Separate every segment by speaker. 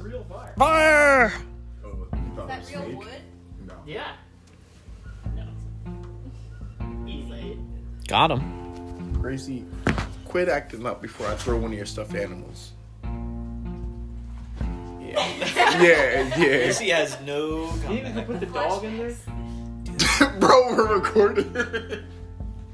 Speaker 1: real fire.
Speaker 2: Fire!
Speaker 3: Oh, you thought it
Speaker 4: Is
Speaker 3: was
Speaker 4: that real
Speaker 3: snake?
Speaker 4: wood?
Speaker 3: No.
Speaker 1: Yeah. No. Easy.
Speaker 2: Got him.
Speaker 3: Gracie, quit acting up before I throw one of your stuffed animals. Yeah, yeah, yeah.
Speaker 5: Casey has no
Speaker 1: You think we
Speaker 5: comment.
Speaker 1: could put the dog in there?
Speaker 3: Bro, we're recording.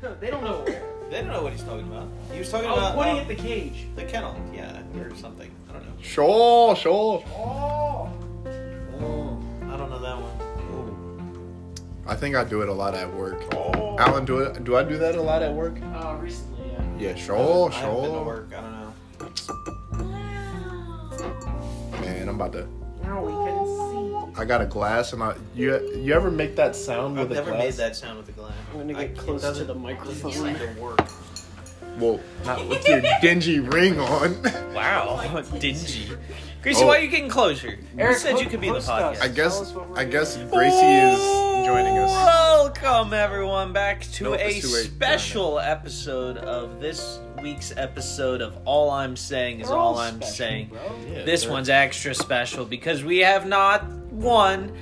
Speaker 1: Huh, They don't know where. Uh,
Speaker 5: They don't know what he's talking about. He was talking
Speaker 1: I was
Speaker 5: about
Speaker 1: pointing at
Speaker 5: um,
Speaker 1: the cage.
Speaker 5: the kennel, yeah, or something. I don't know.
Speaker 3: Sure, sure.
Speaker 1: Oh.
Speaker 5: I don't know that one.
Speaker 3: I think I do it a lot at work.
Speaker 1: Oh.
Speaker 3: Alan, do it? Do I do that a lot at work?
Speaker 1: Uh, recently, yeah.
Speaker 3: Yeah, sure,
Speaker 5: I haven't been to
Speaker 3: sure.
Speaker 5: work. I don't know.
Speaker 3: Man, I'm about to.
Speaker 1: Now we can see.
Speaker 3: I got a glass, and I. You you ever make that sound
Speaker 5: I've
Speaker 3: with a
Speaker 5: never
Speaker 3: glass?
Speaker 5: made that sound with the glass.
Speaker 1: I'm gonna
Speaker 5: I-
Speaker 1: get
Speaker 5: it
Speaker 1: close to
Speaker 5: doesn't-
Speaker 1: the
Speaker 5: doesn't
Speaker 1: microphone.
Speaker 5: seem to work.
Speaker 3: Whoa, not with your dingy ring on.
Speaker 5: Wow, dingy.
Speaker 3: Oh.
Speaker 5: Gracie, why are you getting closer?
Speaker 1: Eric,
Speaker 5: you said you
Speaker 1: ho-
Speaker 5: could be in the
Speaker 1: host us.
Speaker 5: podcast.
Speaker 3: I
Speaker 1: Tell
Speaker 3: guess
Speaker 1: us what we're
Speaker 3: I guess
Speaker 1: doing.
Speaker 3: Gracie is joining us.
Speaker 5: Welcome everyone back to
Speaker 3: No,
Speaker 5: a
Speaker 3: it's too late.
Speaker 5: special episode of this week's episode of All I'm Saying is
Speaker 1: We're
Speaker 5: All,
Speaker 1: all
Speaker 5: I'm
Speaker 1: special,
Speaker 5: Saying.
Speaker 1: bro.
Speaker 3: Yeah,
Speaker 5: This
Speaker 3: they're-
Speaker 5: one's extra special because we have not one,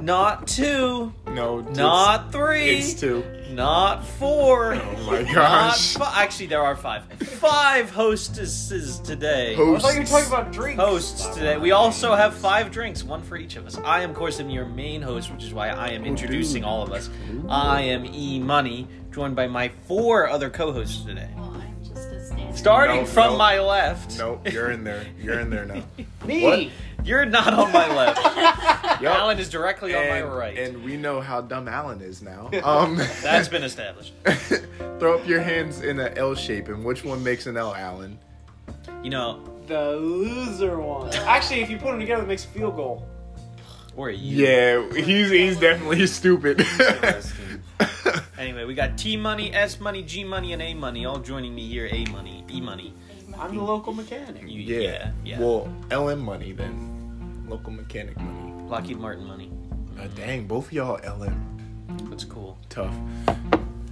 Speaker 5: not two,
Speaker 3: no, it's-
Speaker 5: not three,
Speaker 3: It's two.
Speaker 5: not four.
Speaker 3: Oh my
Speaker 5: Not
Speaker 3: gosh.
Speaker 5: fi- actually, there are five. Five hostesses today.
Speaker 1: I thought you were talking about drinks.
Speaker 5: Hosts today. We also have five drinks, one for each of us. I, of course, am your main host, which is why I am introducing all of us. I am E Money, joined by my four other co-hosts today.
Speaker 4: Well, I'm just a standard.
Speaker 5: Starting
Speaker 3: No,
Speaker 5: from
Speaker 3: no.
Speaker 5: my left.
Speaker 3: Nope, you're in there. You're in there now.
Speaker 1: Me.
Speaker 3: What?
Speaker 5: You're not on my left.
Speaker 3: Yup.
Speaker 5: Alan is directly on my
Speaker 3: And-
Speaker 5: right.
Speaker 3: And we know how dumb Alan is now. Um,
Speaker 5: That's been established.
Speaker 3: throw up your hands in an L shape, and which one makes an L, Alan?
Speaker 5: You know,
Speaker 1: The loser one. Actually, if you put them together, it makes a field goal.
Speaker 5: or you.
Speaker 3: Yeah, he's he's definitely stupid.
Speaker 5: Anyway, we got T Money, S Money, G Money, and A Money all joining me here. A Money, B Money.
Speaker 1: I'm the local mechanic.
Speaker 5: You-
Speaker 3: yeah.
Speaker 5: yeah, yeah.
Speaker 3: Well, LM money then, local mechanic money.
Speaker 5: Lockheed Martin Money.
Speaker 3: Uh, dang, both of y'all LM
Speaker 5: That's cool.
Speaker 3: tough.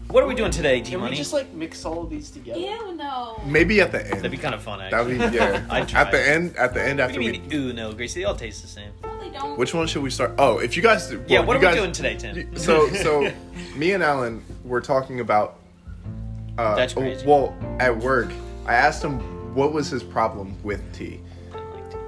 Speaker 5: What are we doing today, T
Speaker 1: Can we
Speaker 5: Money?
Speaker 1: just like mix all of these together?
Speaker 4: Ew, no.
Speaker 3: Maybe at the
Speaker 5: That'd be
Speaker 3: end.
Speaker 5: kind of fun,
Speaker 3: That'd
Speaker 5: actually.
Speaker 3: be yeah.
Speaker 5: I'd try.
Speaker 3: at the end, at the end
Speaker 5: What
Speaker 3: after
Speaker 5: do
Speaker 3: we.
Speaker 5: you mean, ooh, no, Gracie? They all taste the same.
Speaker 4: No, they don't.
Speaker 3: Which one should we start? Oh, if you guys. well,
Speaker 5: yeah, what are
Speaker 3: you
Speaker 5: we
Speaker 3: guys-
Speaker 5: doing today, Tim?
Speaker 3: You- so so me and Alan were talking about uh
Speaker 5: That's crazy.
Speaker 3: well at work I asked him what was his problem with tea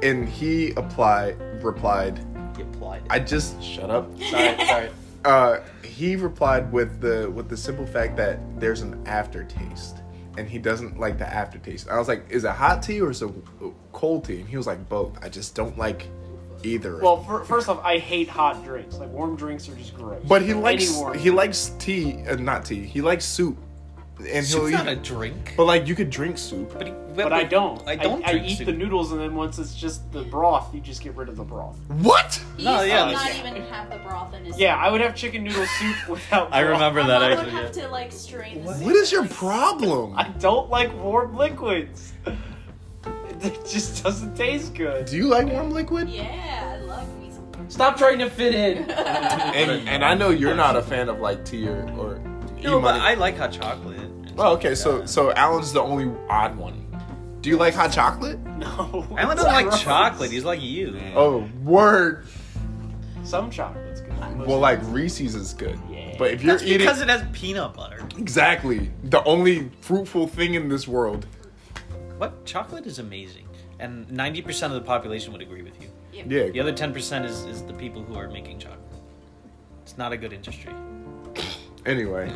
Speaker 3: and he apply replied
Speaker 5: You applied.
Speaker 3: I just shut up
Speaker 1: Sorry, sorry.
Speaker 3: uh he replied with the with the simple fact that there's an aftertaste and he doesn't like the aftertaste. I was like is it hot tea or is it cold tea and he was like both. I just don't like either.
Speaker 1: Well, fir- first off, I hate hot drinks. Like warm drinks are just gross.
Speaker 3: But he likes
Speaker 1: Any warm
Speaker 3: he likes tea, uh, not tea. He likes soup, and he'll
Speaker 5: Soup's not a
Speaker 3: eat.
Speaker 5: drink.
Speaker 3: But like you could drink soup.
Speaker 5: But, he-
Speaker 1: But I don't.
Speaker 5: I don't
Speaker 1: I,
Speaker 5: drink
Speaker 1: eat
Speaker 5: soup.
Speaker 1: the noodles, and then once it's just the broth, you just get rid of the broth.
Speaker 3: What?
Speaker 4: He
Speaker 5: No,
Speaker 4: used
Speaker 5: yeah,
Speaker 4: to not
Speaker 5: that's-
Speaker 4: even have the broth in his.
Speaker 1: Yeah, I would have chicken noodle soup without.
Speaker 5: I
Speaker 1: broth.
Speaker 5: remember
Speaker 4: My
Speaker 5: that
Speaker 4: mom
Speaker 5: actually.
Speaker 4: would have
Speaker 5: yeah.
Speaker 4: to like strain. the
Speaker 3: What
Speaker 4: soup.
Speaker 3: is your problem?
Speaker 1: I don't like warm liquids. It just doesn't taste good.
Speaker 3: Do you like warm liquid?
Speaker 4: Yeah, I love me some.
Speaker 1: Stop trying to fit in.
Speaker 3: And and I know you're not a fan of like tea or or.
Speaker 5: No, but
Speaker 3: e-money.
Speaker 5: I like hot chocolate. and
Speaker 3: E Well,
Speaker 5: stuff
Speaker 3: Oh, okay,
Speaker 5: like
Speaker 3: so
Speaker 5: that.
Speaker 3: so Alan's the only odd one. Do you like hot chocolate?
Speaker 1: No.
Speaker 5: Alan
Speaker 1: it's
Speaker 5: doesn't like
Speaker 1: gross.
Speaker 5: chocolate. He's like you.
Speaker 3: Oh, word.
Speaker 1: Some chocolate's good. Most-
Speaker 3: Well, like Reese's is good,
Speaker 1: Yeah.
Speaker 3: but if you're
Speaker 5: That's
Speaker 3: eating
Speaker 5: because it has peanut butter.
Speaker 3: exactly the only fruitful thing in this world.
Speaker 5: What? Chocolate is amazing. And 90% of the population would agree with you.
Speaker 3: Yeah.
Speaker 5: The other 10% is, is the people who are making chocolate. It's not a good industry.
Speaker 3: Anyway,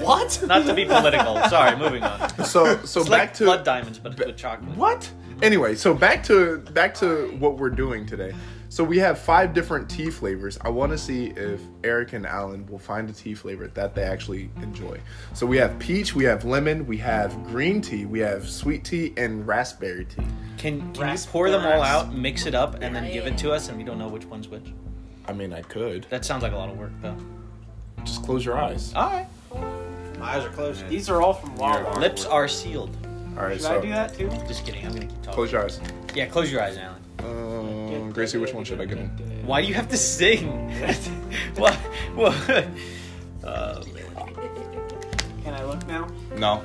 Speaker 5: what? Not to be political. Sorry, moving on.
Speaker 3: so so
Speaker 5: It's
Speaker 3: back
Speaker 5: like
Speaker 3: to
Speaker 5: blood diamonds, but it's with chocolate.
Speaker 3: What? Anyway, so back to back to what we're doing today. So we have five different tea flavors. I want to see if Eric and Alan will find a tea flavor that they actually enjoy. So we have peach, we have lemon, we have green tea, we have sweet tea, and raspberry tea.
Speaker 5: Can, can you
Speaker 1: Rasp-
Speaker 5: pour them all
Speaker 1: rasp.
Speaker 5: out, mix it up, and then give it to us, and we don't know which one's which?
Speaker 3: I mean, I could
Speaker 5: That sounds like a lot of work, though.
Speaker 3: just close your eyes.
Speaker 5: All right.
Speaker 3: My eyes are closed.
Speaker 1: These are all from Wawa.
Speaker 5: Lips are sealed.
Speaker 3: All right,
Speaker 1: Should
Speaker 3: so
Speaker 1: I do that too?
Speaker 5: Just kidding. I'm gonna keep talking.
Speaker 3: close your eyes.
Speaker 5: Yeah, close your eyes, Alan.
Speaker 3: Um, Gracie, which one should I get in?
Speaker 5: Why do you have to sing? what? What? Uh,
Speaker 1: Can I look now?
Speaker 3: No.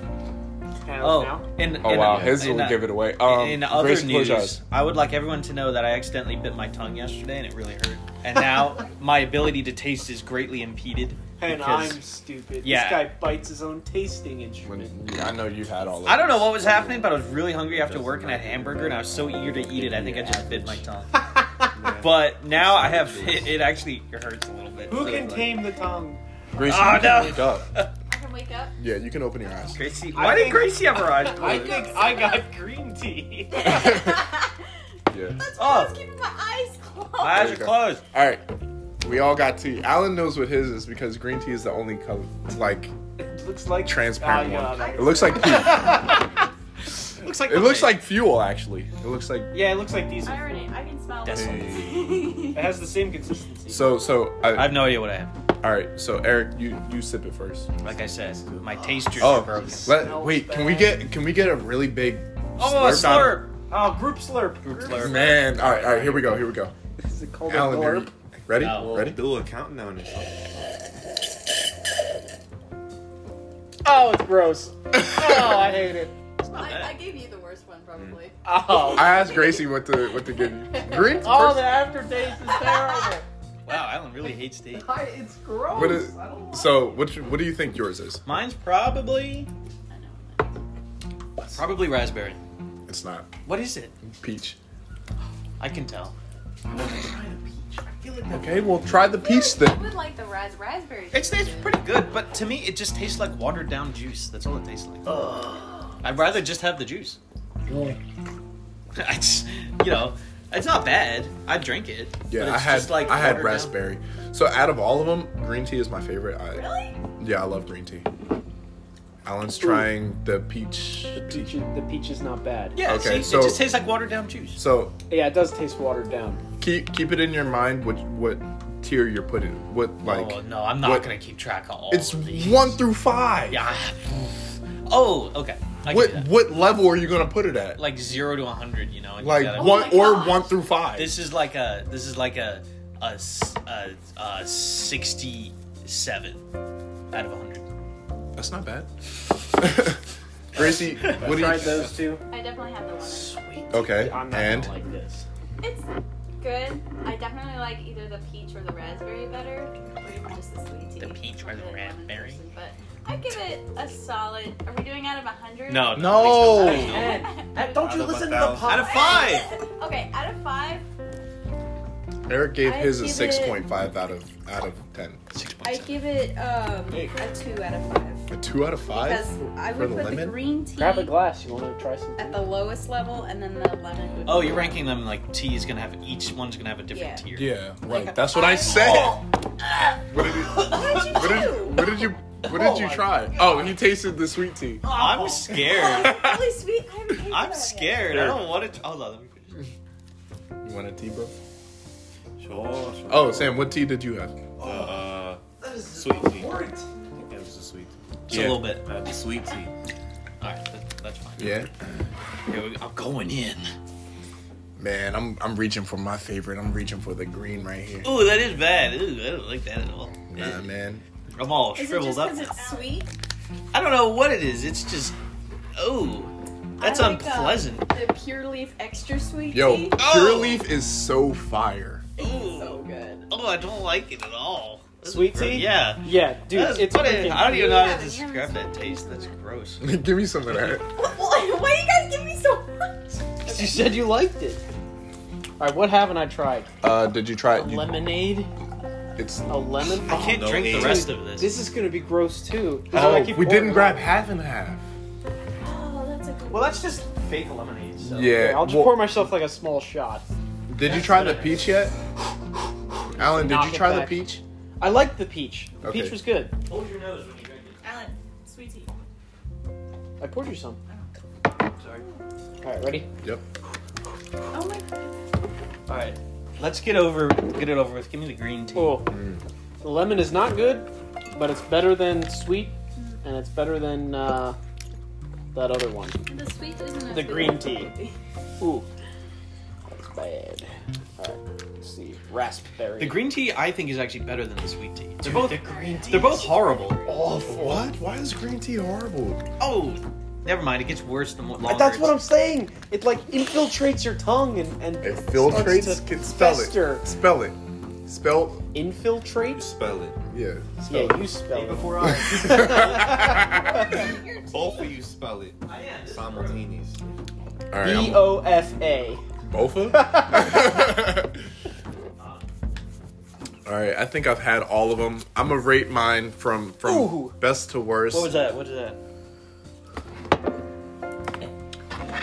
Speaker 1: pounds
Speaker 5: Oh,
Speaker 1: now.
Speaker 5: and,
Speaker 3: Oh
Speaker 5: and,
Speaker 3: wow,
Speaker 5: uh,
Speaker 3: his
Speaker 5: and,
Speaker 3: will
Speaker 5: uh,
Speaker 3: give it away. Um,
Speaker 5: in other
Speaker 3: Grace, close
Speaker 5: news,
Speaker 3: your eyes.
Speaker 5: I would like everyone to know that I accidentally bit my tongue yesterday and it really hurt. And now my ability to taste is greatly impeded.
Speaker 1: And
Speaker 5: because-
Speaker 1: I'm stupid.
Speaker 5: Yeah.
Speaker 1: This guy bites his own tasting instrument.
Speaker 3: When- I know you've had all. Of
Speaker 5: I don't know
Speaker 3: this.
Speaker 5: what was happening, but I was really hungry after work and I had a hamburger and I was so eager to eat it. I think I just bit my tongue. But now I have it, it actually hurts a little bit.
Speaker 1: Who
Speaker 5: So,
Speaker 1: can
Speaker 5: like-
Speaker 1: tame the tongue?
Speaker 3: Gracie,
Speaker 5: Oh,
Speaker 3: you can
Speaker 5: no.
Speaker 3: wake up.
Speaker 4: I can wake up.
Speaker 3: Yeah, you can open your eyes.
Speaker 5: Gracie,
Speaker 1: I
Speaker 5: why did
Speaker 1: think-
Speaker 5: Gracie have her eyes
Speaker 1: I
Speaker 5: closed?
Speaker 1: think I got green tea.
Speaker 3: Yeah.
Speaker 4: That's why I
Speaker 5: Oh.
Speaker 4: was keeping my eyes closed.
Speaker 5: My eyes are closed.
Speaker 3: All right, we all got tea. Alan knows what his is because green tea is the only color like
Speaker 1: It looks like
Speaker 3: transparent
Speaker 1: I got
Speaker 3: one.
Speaker 1: it.
Speaker 3: It looks like
Speaker 1: looks like
Speaker 3: it looks like fuel actually. It looks like
Speaker 1: yeah, it looks like diesel.
Speaker 4: I already, I can smell
Speaker 5: That's
Speaker 4: it.
Speaker 1: It has the same consistency.
Speaker 3: so so.
Speaker 5: I
Speaker 3: I,
Speaker 5: have no idea what I have.
Speaker 3: all right, so Eric, you you sip it first.
Speaker 5: Like I said, my tasters are
Speaker 3: Oh,
Speaker 5: broken.
Speaker 3: let, wait. Can we get can we get a really big?
Speaker 5: Oh, a
Speaker 3: slurp out of-
Speaker 5: slurp.
Speaker 1: oh, group slurp.
Speaker 5: Group slurp.
Speaker 3: Man, all right, all right. Here we go. Here we go.
Speaker 1: This is a cold
Speaker 3: Alan, are you-
Speaker 1: slurp.
Speaker 3: ready?
Speaker 5: No.
Speaker 3: Ready?
Speaker 2: Do a countdown or something.
Speaker 1: Oh, it's gross. Oh, I hate it.
Speaker 4: I, I gave you the worst one probably.
Speaker 1: Oh,
Speaker 3: I asked Gracie what to what to give you. Green.
Speaker 1: oh,
Speaker 3: first-
Speaker 1: the aftertaste is terrible.
Speaker 5: Wow, Alan really hates tea.
Speaker 1: I, it's gross.
Speaker 3: What is-
Speaker 1: I don't like
Speaker 3: so what you- what do you think yours is?
Speaker 5: Mine's probably
Speaker 3: Mm.
Speaker 4: I know. what mine
Speaker 5: probably raspberry.
Speaker 3: It's not
Speaker 5: What is it?
Speaker 3: peach.
Speaker 5: I can tell.
Speaker 3: Okay, well try the peach
Speaker 4: is. I
Speaker 3: then.
Speaker 4: would like the ras- raspberry.
Speaker 5: It's it's pretty good, but to me it just tastes like watered down juice. That's all it tastes like. I'd rather just have the juice. I just, you know, it's not bad. I drink it. but
Speaker 3: Yeah,
Speaker 5: it's
Speaker 3: I had
Speaker 5: just like
Speaker 3: I had
Speaker 5: watered down.
Speaker 3: raspberry. So out of all of them, green tea is my favorite. I,
Speaker 4: Really?
Speaker 3: Yeah, I love green tea. Alan's trying the peach
Speaker 1: the
Speaker 3: tea.
Speaker 1: peach. The peach is not bad.
Speaker 5: Yeah,
Speaker 3: Okay,
Speaker 5: see,
Speaker 3: so-
Speaker 5: it just tastes like watered down juice.
Speaker 3: So
Speaker 1: Yeah, it does taste watered down.
Speaker 3: keep keep it in your mind what what tier you're putting. What like
Speaker 5: oh no, I'm not
Speaker 3: what-
Speaker 5: gonna keep track of all.
Speaker 3: it's
Speaker 5: of these.
Speaker 3: one through five.
Speaker 5: Yeah. Oh, okay. I can
Speaker 3: What
Speaker 5: do that.
Speaker 3: what level are you gonna put it at? Like,
Speaker 5: Like zero to hundred, you know. and you gotta-
Speaker 3: one
Speaker 4: my
Speaker 3: or
Speaker 4: gosh.
Speaker 3: one through five.
Speaker 5: This is like a this is like a a, s- a- a 67 out of 100.
Speaker 3: That's not bad. Gracie, what do you
Speaker 1: Tried those two.
Speaker 4: I definitely have the one.
Speaker 5: Sweet.
Speaker 3: Okay,
Speaker 1: I'm not
Speaker 3: and
Speaker 1: gonna like this.
Speaker 4: It's good. I definitely like either the peach or the raspberry better, or even just the sweet tea.
Speaker 5: The peach or
Speaker 4: I'm
Speaker 5: the
Speaker 4: really lemon
Speaker 5: raspberry.
Speaker 4: person, But I give it a solid. Are we doing out of a hundred?
Speaker 5: No,
Speaker 3: No.
Speaker 5: please don't.
Speaker 1: Uh, Don't
Speaker 2: you Out of listen a to the thousand.
Speaker 5: Out of 5.
Speaker 4: okay, out of five,
Speaker 3: Eric gave
Speaker 4: I
Speaker 3: his a
Speaker 4: give it-
Speaker 3: six point five out of out of ten.
Speaker 4: I give it um, a two out of five.
Speaker 3: A two out of five.
Speaker 4: Because I
Speaker 3: for
Speaker 4: would
Speaker 3: the
Speaker 4: put the
Speaker 3: lemon?
Speaker 4: green tea
Speaker 1: Grab a glass. You want to try some?
Speaker 4: at the lowest level, and then the lemon. Would
Speaker 5: Oh, you're ranking them like tea is gonna have each one's gonna have a different tier.
Speaker 4: Yeah.
Speaker 3: Yeah, right.
Speaker 4: Like,
Speaker 3: That's what I
Speaker 4: I-
Speaker 3: said.
Speaker 4: Oh.
Speaker 3: What did you?
Speaker 4: What did you
Speaker 3: What did,
Speaker 4: do?
Speaker 3: what did you? What
Speaker 1: Oh
Speaker 3: did you
Speaker 1: my
Speaker 3: try? Oh, he tasted the sweet tea.
Speaker 5: I'm scared.
Speaker 4: That's really sweet. I haven't tasted
Speaker 5: I'm
Speaker 4: that
Speaker 5: scared. I don't want to. Hold on, let me finish.
Speaker 3: You want a tea, bro?
Speaker 2: Sure, sure.
Speaker 3: Oh, Sam, what tea did you have?
Speaker 2: Uh, sweet tea. I think that was the sweet tea.
Speaker 5: Just
Speaker 3: Yeah.
Speaker 5: a little bit.
Speaker 2: Uh, the sweet tea.
Speaker 5: All right, that, that's fine.
Speaker 3: Yeah,
Speaker 5: Here we go. I'm going in.
Speaker 3: man, I'm I'm reaching for my favorite. I'm reaching for the green right here.
Speaker 5: Ooh, that is bad. Ooh, I don't like that at all.
Speaker 3: Nah, man.
Speaker 5: I'm all
Speaker 4: yet. Is it
Speaker 5: shriveled
Speaker 4: just
Speaker 5: up.
Speaker 4: because it's sweet?
Speaker 5: I don't know what it is. It's just, oh, that's
Speaker 4: I like, uh,
Speaker 5: unpleasant.
Speaker 4: the pure leaf extra sweet
Speaker 3: Yo,
Speaker 4: tea.
Speaker 1: Oh.
Speaker 3: pure leaf is so fire.
Speaker 5: Ooh.
Speaker 4: So good.
Speaker 5: Oh, I don't like it at all. That's
Speaker 1: Sweet
Speaker 5: gross.
Speaker 1: tea?
Speaker 5: Yeah.
Speaker 1: Yeah, dude,
Speaker 5: That's-
Speaker 1: it's
Speaker 5: what
Speaker 1: freaking.
Speaker 5: is- I don't even know how to
Speaker 4: Yeah, yeah,
Speaker 5: describe that
Speaker 4: it's-
Speaker 5: taste. That's gross.
Speaker 3: Give me some of that.
Speaker 4: Why why you guys give me so much?
Speaker 1: You said you liked it. All right, what haven't I tried?
Speaker 3: Uh, did you try it? You-
Speaker 1: lemonade,
Speaker 3: it's oh,
Speaker 1: a lemon.
Speaker 5: I can't
Speaker 2: no
Speaker 5: drink the
Speaker 2: way.
Speaker 5: rest of this.
Speaker 1: This is gonna be gross too. This is why I
Speaker 3: Oh,
Speaker 1: keep
Speaker 3: we
Speaker 1: ordering.
Speaker 3: didn't grab half and half.
Speaker 4: Oh, that's a good
Speaker 5: Well, that's just fake lemonade. So.
Speaker 1: Okay,
Speaker 3: Yeah.
Speaker 1: I'll just
Speaker 3: well,
Speaker 1: pour myself like a small shot.
Speaker 3: did you try the peach yet? Alan, did you
Speaker 1: Knock it
Speaker 3: try the
Speaker 1: back.
Speaker 3: peach?
Speaker 1: I liked the peach. The
Speaker 3: Okay.
Speaker 1: peach was good.
Speaker 5: Hold your nose when you drink it.
Speaker 4: Alan, sweet tea.
Speaker 1: I poured you some.
Speaker 5: Sorry.
Speaker 1: All right, ready?
Speaker 3: Yep.
Speaker 4: Oh my god.
Speaker 5: All right. Let's get over. Get it over with. Give me the green tea.
Speaker 1: Cool. The lemon is not good, but it's better than sweet,
Speaker 4: Mm.
Speaker 1: and it's better than uh, that other one.
Speaker 4: The sweet isn't as
Speaker 1: The
Speaker 4: good
Speaker 1: green
Speaker 4: as the
Speaker 1: tea.
Speaker 4: sweet
Speaker 1: Ooh, that's bad. All right, let's see. Raspberry.
Speaker 5: The green tea, I think, is actually better than the sweet tea. They're both.
Speaker 1: green
Speaker 5: They're both horrible.
Speaker 3: Awful. What? Why is green tea horrible?
Speaker 5: Oh, Never mind. It gets worse the more longer.
Speaker 1: But that's what I'm
Speaker 5: it's-
Speaker 1: saying. It like infiltrates your tongue and and
Speaker 3: It
Speaker 1: starts
Speaker 3: filtrates.
Speaker 1: to
Speaker 3: Can spell
Speaker 1: fester.
Speaker 3: it. Spell it. Spell.
Speaker 2: You
Speaker 1: Infiltrates.
Speaker 2: spell it.
Speaker 3: Yeah. Spell
Speaker 1: Yeah, you spell it.
Speaker 5: before I.
Speaker 3: it.
Speaker 2: Both of you spell it
Speaker 5: I am.
Speaker 2: simultaneous.
Speaker 3: All right.
Speaker 1: B
Speaker 3: I'm-
Speaker 1: O F A.
Speaker 3: Bofa? All right, I think I've had all of them. I'm gonna rate mine from from
Speaker 1: Ooh.
Speaker 3: best to worst.
Speaker 1: What was that? What is that?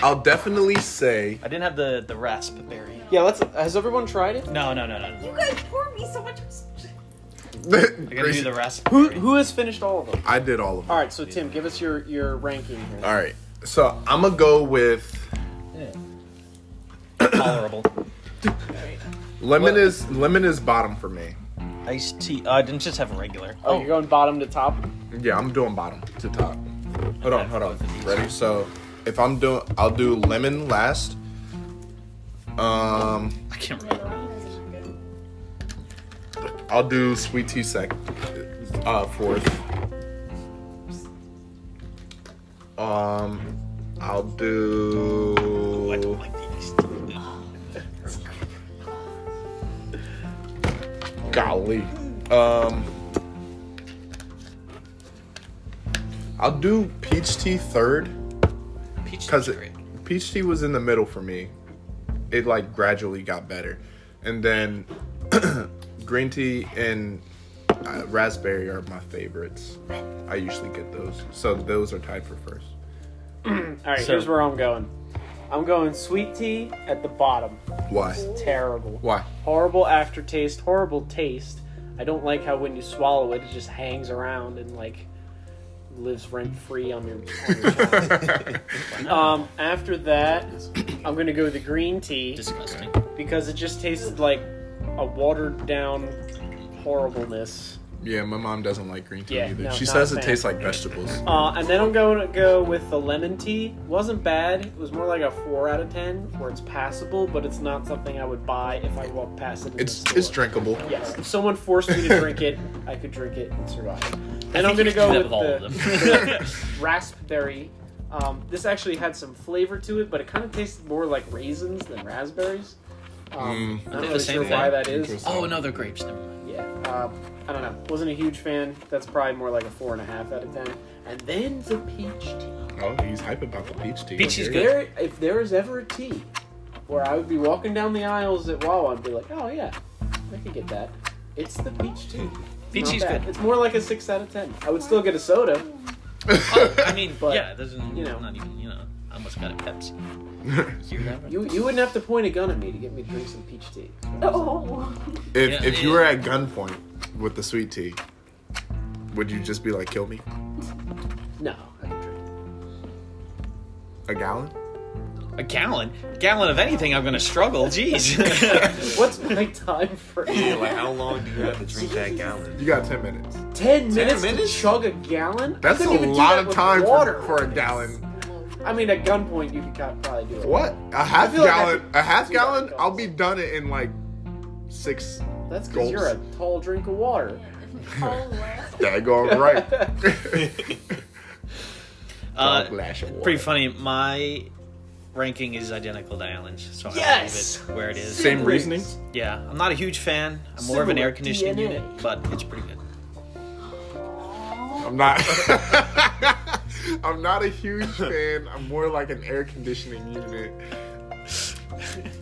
Speaker 3: I'll definitely say
Speaker 5: I didn't have the the raspberry.
Speaker 1: Yeah, let's. Has everyone tried it?
Speaker 5: No, no, no, no.
Speaker 4: You guys poured me so much.
Speaker 5: I gotta do
Speaker 3: Gracie,
Speaker 5: the
Speaker 1: Who
Speaker 5: raspberry.
Speaker 1: who has finished all of them?
Speaker 3: I did all of them.
Speaker 1: All right, so Tim, give us your your ranking here.
Speaker 3: All right, so I'm gonna go with
Speaker 5: tolerable?
Speaker 3: lemon
Speaker 5: Well-
Speaker 3: is lemon is bottom for me.
Speaker 5: Iced tea. Uh, I didn't just have regular.
Speaker 1: Oh, you're going bottom to top.
Speaker 3: Yeah, I'm doing bottom to top. Hold on, hold on. Ready? So if I'm doing, I'll do lemon last. Um,
Speaker 5: I can't remember.
Speaker 3: I'll do sweet tea sec uh fourth. Um I'll
Speaker 5: I
Speaker 3: do
Speaker 5: don't like the iced tea.
Speaker 3: golly. Um I'll do peach tea third
Speaker 5: Peach
Speaker 3: cuz
Speaker 5: tea's great.
Speaker 3: peach tea was in the middle for me. It like gradually got better. And then green tea and uh, raspberry are my favorites. I usually get those. So those are tied for first.
Speaker 1: All right,
Speaker 5: So-
Speaker 1: here's where I'm going. I'm going sweet tea at the bottom.
Speaker 3: Why?
Speaker 1: Terrible.
Speaker 3: Why?
Speaker 1: Horrible aftertaste. Horrible taste. I don't like how when you swallow it, it just hangs around and like lives rent free on your. On your tongue. um, after that, I'm gonna go with the green tea
Speaker 5: Disgusting.
Speaker 1: because it just tasted like a watered down horribleness.
Speaker 3: Yeah, my mom doesn't like green tea
Speaker 1: Yeah,
Speaker 3: either.
Speaker 1: no,
Speaker 3: she
Speaker 1: not
Speaker 3: says
Speaker 1: a
Speaker 3: it
Speaker 1: fan.
Speaker 3: tastes like vegetables.
Speaker 1: Uh, and then I'm going to go with the lemon tea. Wasn't bad. It was more like a four out of ten, where it's passable, but it's not something I would buy if I walked past it. In
Speaker 3: It's
Speaker 1: the
Speaker 3: it's
Speaker 1: store.
Speaker 3: drinkable.
Speaker 1: Yes, if someone forced me to drink it, I could drink it and survive. And I'm
Speaker 5: think
Speaker 1: gonna
Speaker 5: you can
Speaker 1: go
Speaker 5: do that
Speaker 1: with,
Speaker 5: with all of
Speaker 1: the,
Speaker 5: them.
Speaker 1: the raspberry. Um, this actually had some flavor to it, but it kind of tasted more like raisins than raspberries. Um,
Speaker 3: Mm.
Speaker 1: I'm not
Speaker 5: They're the
Speaker 1: really
Speaker 5: same
Speaker 1: sure
Speaker 5: thing.
Speaker 1: why that is.
Speaker 3: Interesting.
Speaker 5: Oh no, they're grapes. Never mind.
Speaker 1: Yeah, um, I don't know. Wasn't a huge fan. That's probably more like a four and a half out of ten. And then the peach tea.
Speaker 3: Oh, he's hype about the peach tea.
Speaker 5: Peach tea's
Speaker 1: If
Speaker 5: good.
Speaker 1: there, if there is ever a tea where I would be walking down the aisles at Wawa and be like, oh yeah, I could get that. It's the peach tea.
Speaker 5: Peach
Speaker 1: Not
Speaker 5: tea's
Speaker 1: bad.
Speaker 5: good.
Speaker 1: It's more like a six out of ten. I would still get a soda.
Speaker 5: Oh, I mean,
Speaker 1: But,
Speaker 5: yeah, it doesn't
Speaker 1: you know.
Speaker 5: not even you know. I almost got a Pepsi. You hear that?
Speaker 1: You you wouldn't have to point a gun at me to get me to drink some peach tea.
Speaker 4: Oh.
Speaker 3: if
Speaker 5: Yeah,
Speaker 3: if you
Speaker 5: yeah.
Speaker 3: were at gunpoint with the sweet tea, would you just be like, kill me?
Speaker 1: No, I can drink. it.
Speaker 3: A gallon?
Speaker 5: A gallon, gallon of anything. I'm gonna struggle. Jeez.
Speaker 1: What's my time for?
Speaker 2: Yeah, like how long do you have to drink that gallon?
Speaker 3: You got ten minutes.
Speaker 1: Ten minutes,
Speaker 2: minutes?
Speaker 1: to chug a gallon. I
Speaker 3: That's a
Speaker 1: couldn't even do
Speaker 3: lot
Speaker 1: that
Speaker 3: of
Speaker 1: with
Speaker 3: time
Speaker 1: water.
Speaker 3: for, for a gallon.
Speaker 1: I mean, at gunpoint, you could ca- probably do it.
Speaker 3: What? A half
Speaker 1: feel like I
Speaker 3: gallon?
Speaker 1: could
Speaker 3: a half
Speaker 1: do that
Speaker 3: gallon?
Speaker 1: with
Speaker 3: I'll be done it in like six.
Speaker 1: That's because
Speaker 3: Gulps.
Speaker 1: you're a tall drink of water.
Speaker 4: Oh,
Speaker 3: That going right.
Speaker 5: uh,
Speaker 3: Glass of water.
Speaker 5: pretty funny. My ranking is identical to Alan's, so I will
Speaker 1: Yes!
Speaker 5: leave it where it is.
Speaker 3: Same reasoning.
Speaker 5: Yeah, I'm not a huge fan. I'm more of an
Speaker 1: Similar
Speaker 5: air conditioning
Speaker 1: DNA.
Speaker 5: unit, but it's pretty good.
Speaker 3: I'm not. I'm not a huge fan. I'm more like an air conditioning unit.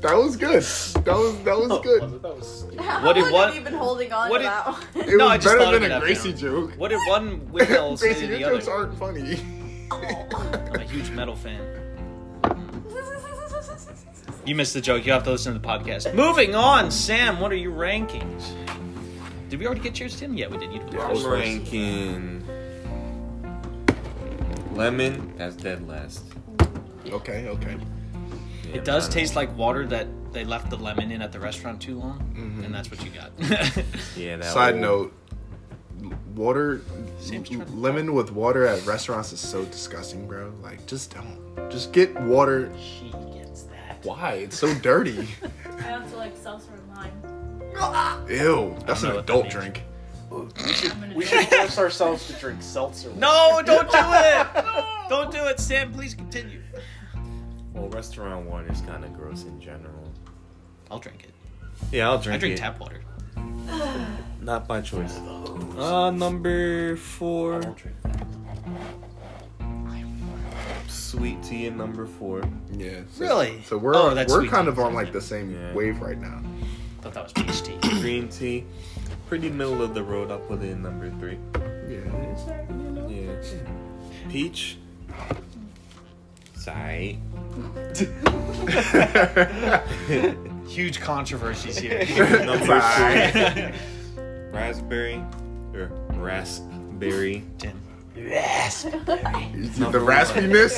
Speaker 3: That was good. That was that was good.
Speaker 1: That was stupid.
Speaker 5: What did- what-
Speaker 4: Have you been holding on
Speaker 5: what
Speaker 4: to
Speaker 5: did-
Speaker 4: that one?
Speaker 3: It
Speaker 5: No, I
Speaker 3: was
Speaker 5: just thought
Speaker 3: better
Speaker 5: of
Speaker 3: than
Speaker 5: it
Speaker 3: a
Speaker 5: after
Speaker 3: Gracie
Speaker 5: now.
Speaker 3: joke.
Speaker 5: What did one windmill Oh, say to
Speaker 3: Gracie,
Speaker 5: the
Speaker 3: your jokes
Speaker 5: other?
Speaker 3: aren't funny.
Speaker 5: I'm a huge metal fan. You missed the joke. You have to listen to the podcast. Moving on, Sam. What are your rankings? Did we already get yours, Tim? Yeah, we did. You did.
Speaker 2: I'm ranking lemon as dead last.
Speaker 3: Okay, okay.
Speaker 2: Yeah,
Speaker 5: It does
Speaker 2: mine-
Speaker 5: taste like water that they left the lemon in at the restaurant too long, and that's what you got.
Speaker 2: Yeah. That
Speaker 3: Side
Speaker 2: old-
Speaker 3: note: water,
Speaker 5: Sam's trying to-
Speaker 3: lemon with water at restaurants is so disgusting, bro. Like, just don't. Just get water.
Speaker 5: she gets that.
Speaker 3: Why? It's so dirty.
Speaker 4: I also like seltzer and lime.
Speaker 3: Ew. That's
Speaker 5: know
Speaker 3: an
Speaker 5: what that
Speaker 3: adult
Speaker 5: means.
Speaker 3: drink.
Speaker 1: We should force ourselves to drink seltzer.
Speaker 5: No, don't do it! Don't do it, Sam. Please continue.
Speaker 2: Well, restaurant water is kind of gross in general.
Speaker 5: I'll drink it.
Speaker 2: Yeah, I'll
Speaker 5: I
Speaker 2: drink
Speaker 5: drink
Speaker 2: it.
Speaker 5: tap water.
Speaker 2: Not my choice. Uh, number four. Sweet tea in number four.
Speaker 3: Yeah. So,
Speaker 5: Really?
Speaker 3: So we're
Speaker 5: Oh, that's
Speaker 3: we're
Speaker 5: sweet
Speaker 3: kind
Speaker 5: tea.
Speaker 3: of on like the same
Speaker 2: Yeah.
Speaker 3: wave right now.
Speaker 5: Thought that was peach tea.
Speaker 2: Green tea. Pretty middle of the road. I'll put it in number three.
Speaker 3: Yeah.
Speaker 2: Yeah. Peach. Sigh.
Speaker 5: Huge controversies here.
Speaker 2: number
Speaker 3: Sigh.
Speaker 2: three. Raspberry. Or raspberry.
Speaker 5: Tim.
Speaker 3: You see
Speaker 2: Number
Speaker 3: the
Speaker 2: one.
Speaker 3: raspiness.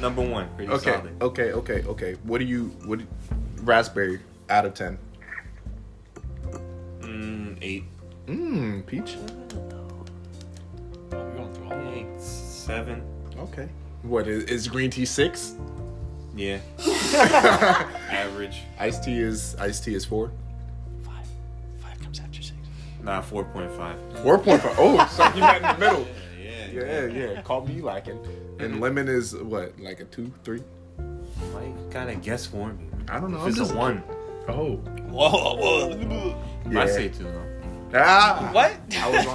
Speaker 2: Number one. Pretty
Speaker 3: okay.
Speaker 2: solid.
Speaker 3: Okay. Okay. Okay. What do you what? do- raspberry out of ten.
Speaker 2: Mm, eight.
Speaker 3: Mmm. Peach.
Speaker 5: We're going through all
Speaker 2: Eight. Seven.
Speaker 3: Okay. What is, is green tea six?
Speaker 2: Yeah. Average.
Speaker 3: Iced tea is iced tea is four.
Speaker 5: five. Five comes after six.
Speaker 2: Nah, 4.5.
Speaker 3: Four point five. Oh, so you met in the middle.
Speaker 2: Yeah,
Speaker 3: Yeah, yeah. Call me lacking.
Speaker 2: Mm-hmm.
Speaker 3: And lemon is what, like a two, three?
Speaker 2: Why you gotta guess for me?
Speaker 3: I don't know.
Speaker 2: If
Speaker 3: I'm
Speaker 2: it's
Speaker 3: just-
Speaker 2: a one,
Speaker 3: Oh.
Speaker 5: Whoa, whoa.
Speaker 2: I
Speaker 3: Yeah.
Speaker 2: say two though.
Speaker 3: Ah.
Speaker 5: What?
Speaker 3: I was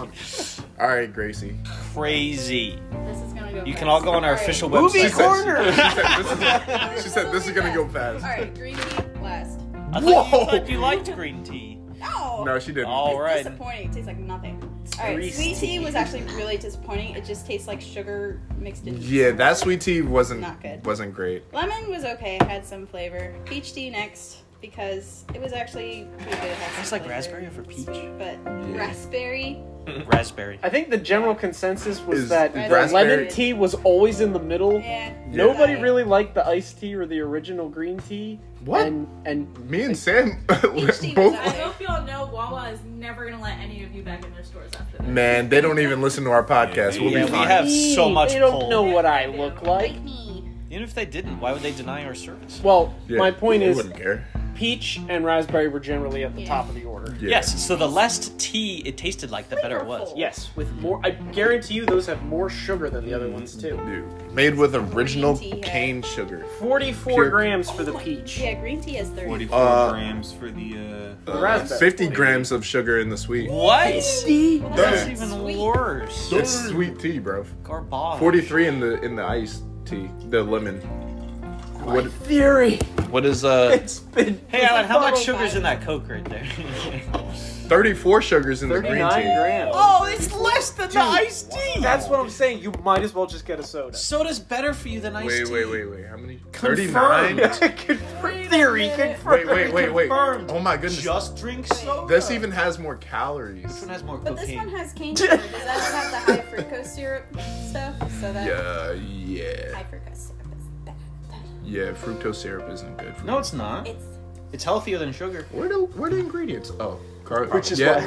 Speaker 3: on. All right, Gracie.
Speaker 5: Crazy.
Speaker 4: This is gonna go.
Speaker 5: You
Speaker 4: fast.
Speaker 5: can all go on our
Speaker 4: Alright.
Speaker 5: official website.
Speaker 1: Movie
Speaker 3: She
Speaker 1: corner.
Speaker 3: said, this is, she said, this is gonna go
Speaker 4: All
Speaker 3: fast.
Speaker 4: right, green tea last.
Speaker 5: I thought you,
Speaker 3: Whoa.
Speaker 5: thought you liked green tea.
Speaker 4: No.
Speaker 3: No, she didn't.
Speaker 5: All right.
Speaker 4: Disappointing. It tastes like nothing. All right,
Speaker 5: Grease
Speaker 4: sweet
Speaker 5: tea.
Speaker 4: tea was actually really disappointing. It just tastes like sugar mixed in.
Speaker 3: Yeah, that sweet tea wasn't
Speaker 4: Not good.
Speaker 3: wasn't great.
Speaker 4: Lemon was okay. It had some flavor. Peach tea next because it was actually pretty good. It had
Speaker 5: Tastes
Speaker 4: some
Speaker 5: like
Speaker 4: flavor.
Speaker 5: raspberry over peach.
Speaker 4: But raspberry.
Speaker 5: Raspberry.
Speaker 1: I think the general consensus was
Speaker 3: Is
Speaker 1: that the
Speaker 4: raspberry-
Speaker 1: lemon tea was always in the middle.
Speaker 4: Yeah.
Speaker 1: Nobody
Speaker 4: Like-
Speaker 1: really liked the iced tea or the original green tea.
Speaker 3: What?
Speaker 1: And, and
Speaker 3: Me and Sam
Speaker 4: tea
Speaker 3: both.
Speaker 4: was
Speaker 6: I hope y'all know Wawa is never gonna let any of you back in their stores after this.
Speaker 3: Man, they don't even listen to our podcast. We'll
Speaker 5: Yeah,
Speaker 3: be
Speaker 5: we
Speaker 3: fine.
Speaker 5: have so much
Speaker 1: They don't
Speaker 5: pull.
Speaker 1: know what I look like.
Speaker 4: Like me.
Speaker 5: Even if they didn't, why would they deny our service?
Speaker 1: Well,
Speaker 3: Yeah,
Speaker 1: my point
Speaker 3: they
Speaker 1: is,
Speaker 3: wouldn't care.
Speaker 1: peach and raspberry were generally at the
Speaker 4: Yeah.
Speaker 1: top of the order.
Speaker 3: Yeah.
Speaker 5: Yes, so the less tea it tasted like, the better it was.
Speaker 4: Flavorful.
Speaker 1: Yes, with more. I guarantee you, those have more sugar than the other ones too.
Speaker 3: Dude, made with original
Speaker 4: Green tea, yeah.
Speaker 3: cane sugar.
Speaker 1: Forty-four
Speaker 3: Pure-
Speaker 1: grams for the peach.
Speaker 4: Yeah, green tea has 30.
Speaker 2: Forty-four
Speaker 3: Uh,
Speaker 2: grams for the. uh...
Speaker 3: Uh,
Speaker 1: Raspberry.
Speaker 3: 50 grams of sugar in the sweet.
Speaker 5: What?
Speaker 4: Well,
Speaker 5: That's
Speaker 4: not
Speaker 5: even
Speaker 4: sweet.
Speaker 5: worse.
Speaker 3: It's sweet tea, bro.
Speaker 5: Garbage.
Speaker 3: 43 in the in the iced tea, the lemon. What
Speaker 1: Theory.
Speaker 3: what is uh
Speaker 1: It's been.
Speaker 5: Hey, Alan, how much
Speaker 4: Bottle
Speaker 5: sugar's
Speaker 4: five.
Speaker 5: in that Coke right there?
Speaker 3: 34 sugars in the green
Speaker 1: Thirty-nine
Speaker 3: tea?
Speaker 1: grams.
Speaker 5: Oh, it's less than the iced tea.
Speaker 1: That's what I'm saying. You might as well just get a soda.
Speaker 5: Soda's better for you than iced
Speaker 3: Wait,
Speaker 5: tea.
Speaker 3: wait, wait, wait. How many?
Speaker 5: Confirmed.
Speaker 3: 39?
Speaker 1: Theory.
Speaker 3: Wait, wait, wait, wait.
Speaker 5: Confirmed.
Speaker 3: Oh my goodness.
Speaker 5: Just drink soda.
Speaker 3: This even has more
Speaker 5: This
Speaker 3: calories.
Speaker 5: one has more
Speaker 4: But this
Speaker 5: cocaine.
Speaker 4: one has cane sugar. Does that not have the high fructose syrup stuff? So that
Speaker 3: Yeah, yeah.
Speaker 4: high fructose syrup is bad.
Speaker 3: Yeah, fructose syrup isn't good. For
Speaker 5: no, it's not.
Speaker 4: It's
Speaker 5: It's healthier than sugar.
Speaker 3: Where do where the ingredients? Oh, car-
Speaker 1: Which is
Speaker 3: yeah,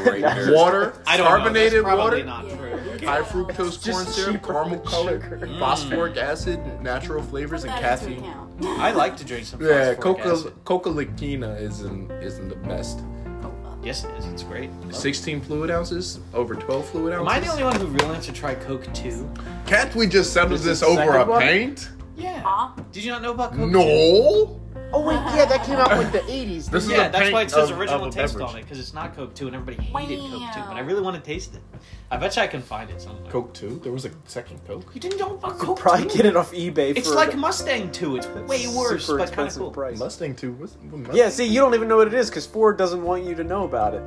Speaker 1: why-
Speaker 3: water,
Speaker 5: I don't
Speaker 3: carbonated
Speaker 5: know. That's
Speaker 3: water,
Speaker 5: probably not
Speaker 4: Yeah.
Speaker 5: true.
Speaker 3: high fructose corn
Speaker 1: Just
Speaker 3: syrup,
Speaker 1: cheaper
Speaker 3: caramel
Speaker 1: than
Speaker 3: color,
Speaker 1: sugar.
Speaker 5: Mm.
Speaker 3: phosphoric acid, natural flavors, and
Speaker 4: that into
Speaker 3: caffeine.
Speaker 4: account.
Speaker 5: I like to drink some.
Speaker 3: Yeah,
Speaker 5: phosphoric
Speaker 3: coca
Speaker 5: acid.
Speaker 3: coca liquina isn't isn't the best.
Speaker 5: Yes, it is. It's great.
Speaker 3: Sixteen fluid ounces, over twelve fluid
Speaker 5: Am
Speaker 3: ounces.
Speaker 5: I the only one who really has to try Coke too?
Speaker 3: Can't we just settle
Speaker 5: There's
Speaker 3: this
Speaker 5: a
Speaker 3: over a
Speaker 5: second one?
Speaker 3: paint?
Speaker 5: Yeah.
Speaker 4: Aw.
Speaker 5: Did you not know about Coke? too?
Speaker 3: No.
Speaker 1: Oh wait, yeah, that came out in, like the 80s.
Speaker 3: This is
Speaker 5: Yeah,
Speaker 3: a
Speaker 5: that's why
Speaker 3: pint
Speaker 5: it says
Speaker 3: of-
Speaker 5: original
Speaker 3: of a
Speaker 5: taste
Speaker 3: beverage.
Speaker 5: on it because it's not Coke 2 and everybody hated Coke 2,
Speaker 4: Wow.
Speaker 5: but I really want to taste it. I bet you I can find it somewhere.
Speaker 3: Coke two. There was a second Coke.
Speaker 5: You didn't know about
Speaker 1: Could
Speaker 5: Coke
Speaker 1: probably
Speaker 5: 2?
Speaker 1: get it off eBay.
Speaker 5: It's
Speaker 1: for
Speaker 5: like
Speaker 1: a
Speaker 5: Mustang 2. It's way worse,
Speaker 1: super
Speaker 5: but kind of
Speaker 1: expensive
Speaker 5: cool.
Speaker 1: price.
Speaker 3: Mustang two. Was,
Speaker 1: Yeah, see, you don't even know what it is because Ford doesn't want you to know about it.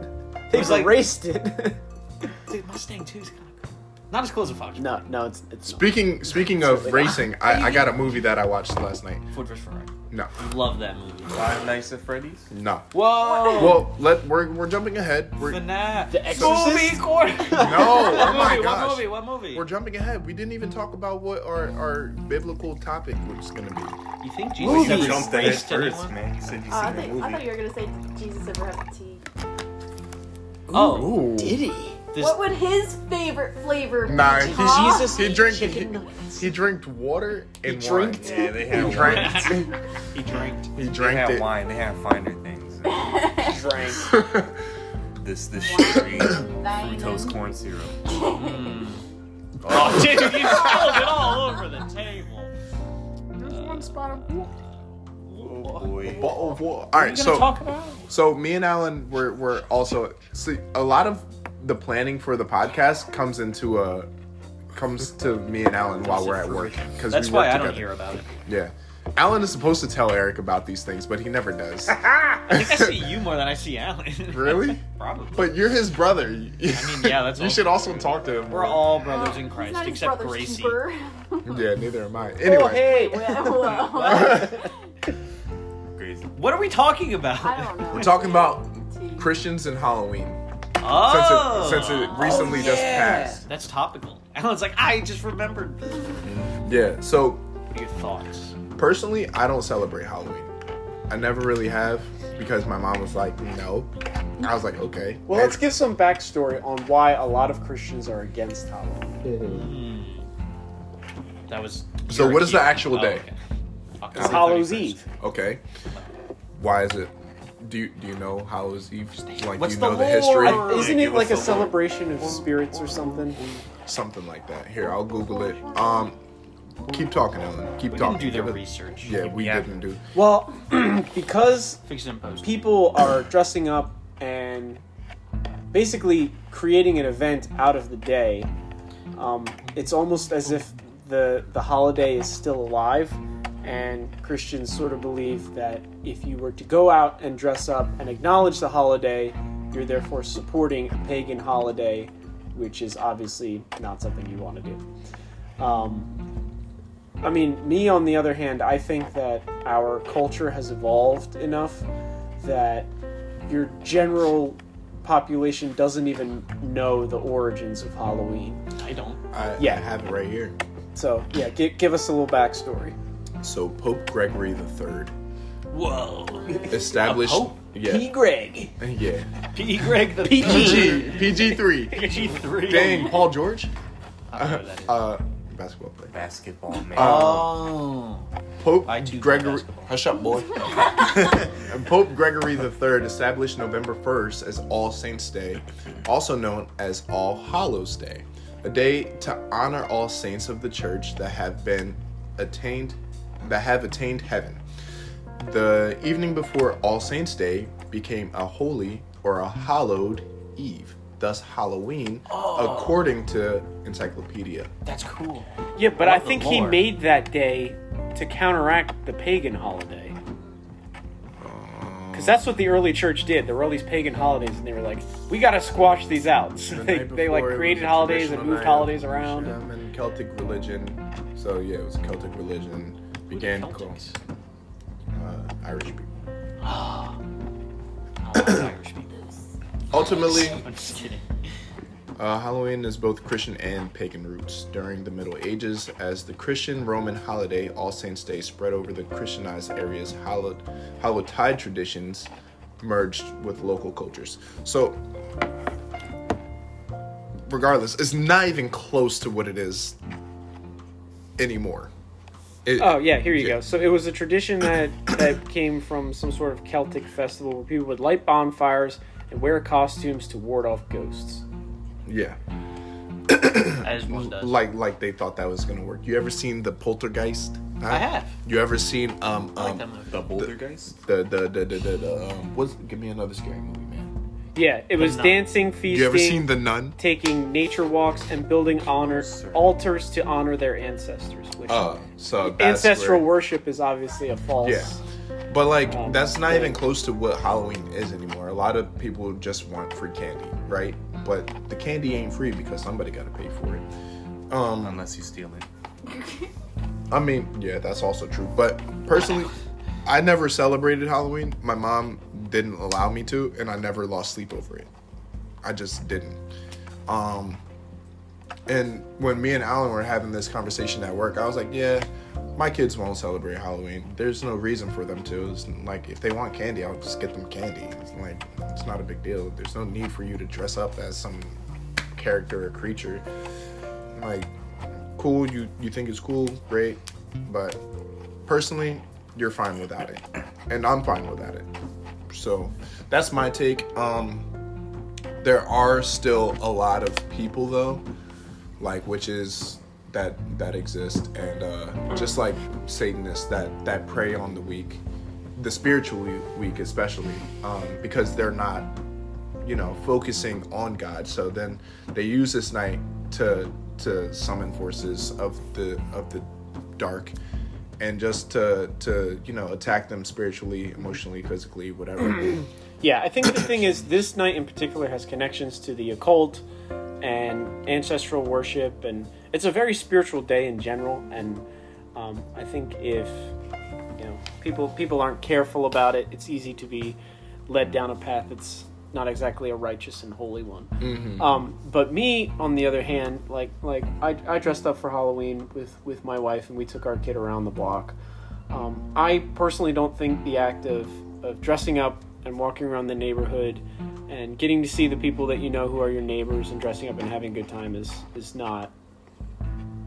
Speaker 1: They've
Speaker 5: was like-
Speaker 1: erased it.
Speaker 5: Dude, Mustang 2 is kind of cool. Not as cool as a Fox.
Speaker 1: no, no, it's it's not.
Speaker 3: Speaking speaking of
Speaker 1: Absolutely not.
Speaker 3: racing, I, I got a movie that I watched last night.
Speaker 5: Ford vs. Ferrari.
Speaker 3: No,
Speaker 5: Love that movie.
Speaker 2: Five Nights at Freddy's.
Speaker 3: no.
Speaker 1: Oh.
Speaker 5: Whoa!
Speaker 3: Well, let we're we're jumping ahead. We're,
Speaker 5: The
Speaker 3: no,
Speaker 5: Nat.
Speaker 1: The Exorcist?
Speaker 5: Movie corner.
Speaker 3: oh
Speaker 5: What
Speaker 3: my
Speaker 5: movie? What
Speaker 3: gosh.
Speaker 5: movie? What movie?
Speaker 3: We're jumping ahead. We didn't even talk about what our, our biblical topic was going to be.
Speaker 5: You think
Speaker 1: Well,
Speaker 5: Jesus
Speaker 1: you
Speaker 5: ever
Speaker 1: jumped
Speaker 2: ahead
Speaker 5: raced anyone?
Speaker 2: man. You said you
Speaker 4: Oh, I, thought, I thought you were gonna say Jesus ever had tea.
Speaker 5: Oh,
Speaker 3: Ooh.
Speaker 1: Diddy.
Speaker 5: this,
Speaker 4: What would his favorite flavor be?
Speaker 3: Nah, he-
Speaker 4: Huh?
Speaker 1: Jesus
Speaker 3: He
Speaker 1: ate
Speaker 3: drank
Speaker 1: chicken
Speaker 3: he,
Speaker 1: nuggets.
Speaker 3: he drank water and
Speaker 1: He drank
Speaker 3: wine.
Speaker 1: it.
Speaker 2: Yeah, they had
Speaker 3: He drank
Speaker 2: wine.
Speaker 5: he drank.
Speaker 3: he
Speaker 2: They
Speaker 3: drank
Speaker 2: had
Speaker 3: it.
Speaker 2: wine. They had finer things.
Speaker 1: drank.
Speaker 7: this this sugary
Speaker 4: Lime.
Speaker 7: fructose corn syrup.
Speaker 5: Oh, dude, you spilled it all over the table.
Speaker 7: Oh boy.
Speaker 3: But, oh, well, all right, so so me and Alan were were also see a lot of the planning for the podcast comes into a comes to me and Alan while we're at work because
Speaker 5: That's
Speaker 3: we work
Speaker 5: why I
Speaker 3: together.
Speaker 5: don't hear about it.
Speaker 3: Yeah, Alan is supposed to tell Eric about these things, but he never does.
Speaker 5: I think I see you more than I see Alan.
Speaker 3: really?
Speaker 5: Probably.
Speaker 3: But you're his brother. I mean,
Speaker 5: yeah, that's
Speaker 3: you
Speaker 5: all.
Speaker 3: should also talk to him.
Speaker 5: We're all brothers in Christ, except Gracie.
Speaker 3: yeah. Neither am I. Anyway,
Speaker 1: Oh, hey.
Speaker 7: Crazy.
Speaker 5: What are we talking about?
Speaker 4: I don't know.
Speaker 3: we're talking about Christians and Halloween since
Speaker 5: Oh,
Speaker 3: it, since it recently just passed.
Speaker 5: that's topical. Alan's like, I just remembered. What
Speaker 3: Yeah. So
Speaker 5: are your thoughts?
Speaker 3: Personally, I don't celebrate Halloween. I never really have because my mom was like, no. I was like, okay.
Speaker 1: Well, let's
Speaker 3: And-
Speaker 1: give some backstory on why a lot of Christians are against Halloween.
Speaker 5: That was.
Speaker 3: So what is the
Speaker 5: Cherokee.
Speaker 3: actual
Speaker 5: Oh,
Speaker 3: day?
Speaker 5: okay.
Speaker 1: It's
Speaker 5: October
Speaker 1: Hallows
Speaker 5: 31st.
Speaker 1: Eve.
Speaker 3: Okay. Why is it? Do you, do you know Hallows Eve? Like,
Speaker 5: What's
Speaker 3: do you know
Speaker 5: the
Speaker 3: the history?
Speaker 5: lore?
Speaker 7: Yeah,
Speaker 1: Isn't
Speaker 7: give
Speaker 1: it
Speaker 7: us
Speaker 1: like a
Speaker 7: the lore.
Speaker 1: celebration of spirits or something?
Speaker 3: Something like that. Here, I'll Google it. Um, Keep talking, Ellen. Keep
Speaker 5: We
Speaker 3: talking.
Speaker 5: didn't do the
Speaker 3: Give it-
Speaker 5: research.
Speaker 3: Yeah, we
Speaker 7: Yeah.
Speaker 3: didn't do.
Speaker 1: Well, because
Speaker 5: Fix it and post.
Speaker 1: Um, people are dressing up and basically creating an event out of the day. Um, it's almost as if the the holiday is still alive, and Christians sort of believe that if you were to go out and dress up and acknowledge the holiday, you're therefore supporting a pagan holiday, which is obviously not something you want to do. Um, I mean, me on the other hand, I think that our culture has evolved enough that your general population doesn't even know the origins of Halloween.
Speaker 5: I don't.
Speaker 3: I, yeah.
Speaker 1: Yeah.
Speaker 3: I have it right here.
Speaker 1: So, yeah, gi- give us a little backstory.
Speaker 3: So Pope Gregory the Third
Speaker 5: Whoa.
Speaker 3: established.
Speaker 5: A pope?
Speaker 1: P.
Speaker 3: Yeah.
Speaker 1: Greg.
Speaker 3: Yeah.
Speaker 5: P. Greg the
Speaker 3: PG. PG three.
Speaker 5: PG three.
Speaker 3: Dang, Paul George.
Speaker 5: I don't know who that is.
Speaker 3: Uh, basketball player.
Speaker 7: Basketball man.
Speaker 5: oh.
Speaker 3: Pope
Speaker 5: I do
Speaker 3: Gregory.
Speaker 5: basketball.
Speaker 3: Hush up, boy. and Pope Gregory III established November 1st as All Saints' Day, also known as All Hallows' Day, a day to honor all saints of the Church that have been attained, that have attained heaven. The evening before All Saints' Day became a holy or a hallowed eve, thus Halloween,
Speaker 5: Oh.
Speaker 3: according to Encyclopedia.
Speaker 5: That's cool.
Speaker 1: Yeah, but
Speaker 5: I think he made
Speaker 1: that day to counteract the pagan holiday.
Speaker 3: Oh.
Speaker 1: Because that's what the early church did. There were all these pagan holidays, and they were like, "We gotta squash these out." So
Speaker 3: The
Speaker 1: they,
Speaker 3: night
Speaker 1: they like
Speaker 3: before, it
Speaker 1: created
Speaker 3: was a
Speaker 1: holidays and
Speaker 3: traditional
Speaker 1: moved
Speaker 3: night of
Speaker 1: holidays around.
Speaker 3: Shem and Celtic religion. So yeah, it was Celtic religion. Began
Speaker 5: Celtics?
Speaker 3: uh, Irish people.
Speaker 5: I love Irish people.
Speaker 3: Ultimately,
Speaker 5: I'm just kidding.
Speaker 3: uh, Halloween is both Christian and pagan roots. During the Middle Ages, as the Christian Roman holiday, All Saints' Day spread over the Christianized areas, hallowed, hallowtide traditions merged with local cultures. So, regardless, it's not even close to what it is anymore. It-
Speaker 1: Oh yeah, here you
Speaker 3: Yeah.
Speaker 1: go. So it was a tradition that that came from some sort of Celtic festival where people would light bonfires and wear costumes to ward off ghosts.
Speaker 3: Yeah,
Speaker 5: As one does.
Speaker 3: like like they thought that was gonna work. You ever seen the Poltergeist? Huh?
Speaker 5: I have.
Speaker 3: You ever seen um um
Speaker 5: I like that movie.
Speaker 7: the Bouldergeist?
Speaker 3: the the the the, the, the um, what's give me another scary movie, man.
Speaker 1: Yeah, it was
Speaker 5: nun.
Speaker 1: dancing, feasting,
Speaker 3: You ever seen the Nun?
Speaker 1: taking nature walks, and building honor altars to honor their ancestors. Which
Speaker 3: Uh, so that's
Speaker 1: ancestral
Speaker 3: where-
Speaker 1: worship is obviously a false.
Speaker 3: Yeah. But like
Speaker 1: Um,
Speaker 3: that's not even close to what Halloween is anymore. A lot of people just want free candy, right? But the candy ain't free because somebody got to pay for it. Um,
Speaker 7: Unless you steal it.
Speaker 3: I mean, yeah, that's also true. But personally, I never celebrated Halloween. My mom didn't allow me to, and I never lost sleep over it. I just didn't. Um, and when me and Alan were having this conversation at work, I was like, yeah, my kids won't celebrate Halloween. There's no reason for them to. It's like, if they want candy, I'll just get them candy. It's like, it's not a big deal. There's no need for you to dress up as some character or creature. Like, cool you you think it's cool great but personally you're fine without it and i'm fine without it so that's my take um there are still a lot of people though, like witches that that exist, and uh, just like Satanists that that prey on the weak, the spiritually weak especially, um, because they're not, you know, focusing on God. So then they use this night to to summon forces of the of the dark and just to to you know attack them spiritually emotionally physically whatever
Speaker 1: Yeah, I think the thing is, this night in particular has connections to the occult and ancestral worship, and it's a very spiritual day in general. And um, I think if you know people people aren't careful about it, it's easy to be led down a path that's not exactly a righteous and holy one. Um, but me, on the other hand, like like I, I dressed up for Halloween with with my wife, and we took our kid around the block. Um, I personally don't think the act of, of dressing up and walking around the neighborhood and getting to see the people that you know who are your neighbors and dressing up and having a good time is is not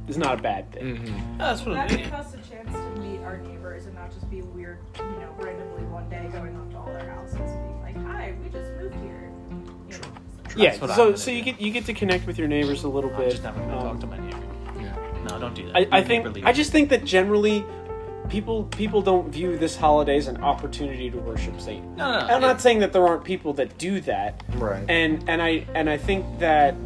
Speaker 1: is not a bad thing.
Speaker 5: Mm-hmm. that's what
Speaker 6: That
Speaker 5: I
Speaker 6: gave
Speaker 5: mean.
Speaker 6: us a chance to meet our neighbors and not just be weird, you know, randomly one day going up to all their houses and being like, "Hi, we just moved here." You know,
Speaker 1: Yeah,
Speaker 5: That's what I'm
Speaker 1: so
Speaker 5: gonna
Speaker 1: so you
Speaker 5: do.
Speaker 1: get you get to connect with your neighbors a little
Speaker 5: I'm
Speaker 1: bit.
Speaker 5: just never gonna
Speaker 1: Um,
Speaker 5: talk to my neighbor. No, don't do that.
Speaker 1: I, I
Speaker 5: You never
Speaker 1: think
Speaker 5: leave.
Speaker 1: I just think that generally people people don't view this holiday as an opportunity to worship Satan.
Speaker 5: No, no, no.
Speaker 1: I'm not saying that there aren't people that do that,
Speaker 3: right
Speaker 1: and and I and I think that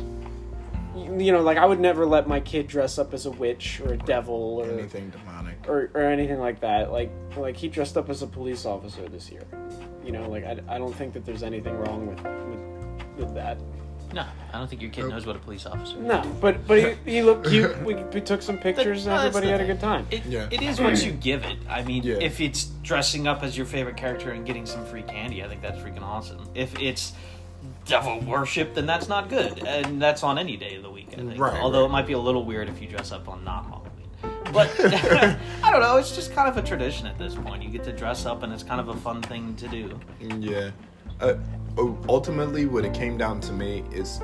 Speaker 1: you you know like I would never let my kid dress up as a witch or a devil or
Speaker 3: anything demonic
Speaker 1: or, or anything like that. Like like he dressed up as a police officer this year. You know, like I, I don't think that there's anything wrong with with, with that.
Speaker 5: No, I don't think your kid knows what a police officer. is.
Speaker 1: No, but but he, he looked cute. We, we took some pictures and
Speaker 5: No, that's
Speaker 1: everybody
Speaker 5: the
Speaker 1: had a
Speaker 5: thing.
Speaker 1: good time.
Speaker 5: It,
Speaker 3: Yeah.
Speaker 5: it is once you give it. I mean,
Speaker 3: Yeah.
Speaker 5: if it's dressing up as your favorite character and getting some free candy, I think that's freaking awesome. If it's devil worship, then that's not good, and that's on any day of the week. I think.
Speaker 3: Right,
Speaker 5: Although
Speaker 3: right.
Speaker 5: it might be a little weird if you dress up on not Halloween. But I don't know. It's just kind of a tradition at this point. You get to dress up, and it's kind of a fun thing to do.
Speaker 3: Yeah. Uh, u- ultimately, what it came down to me is,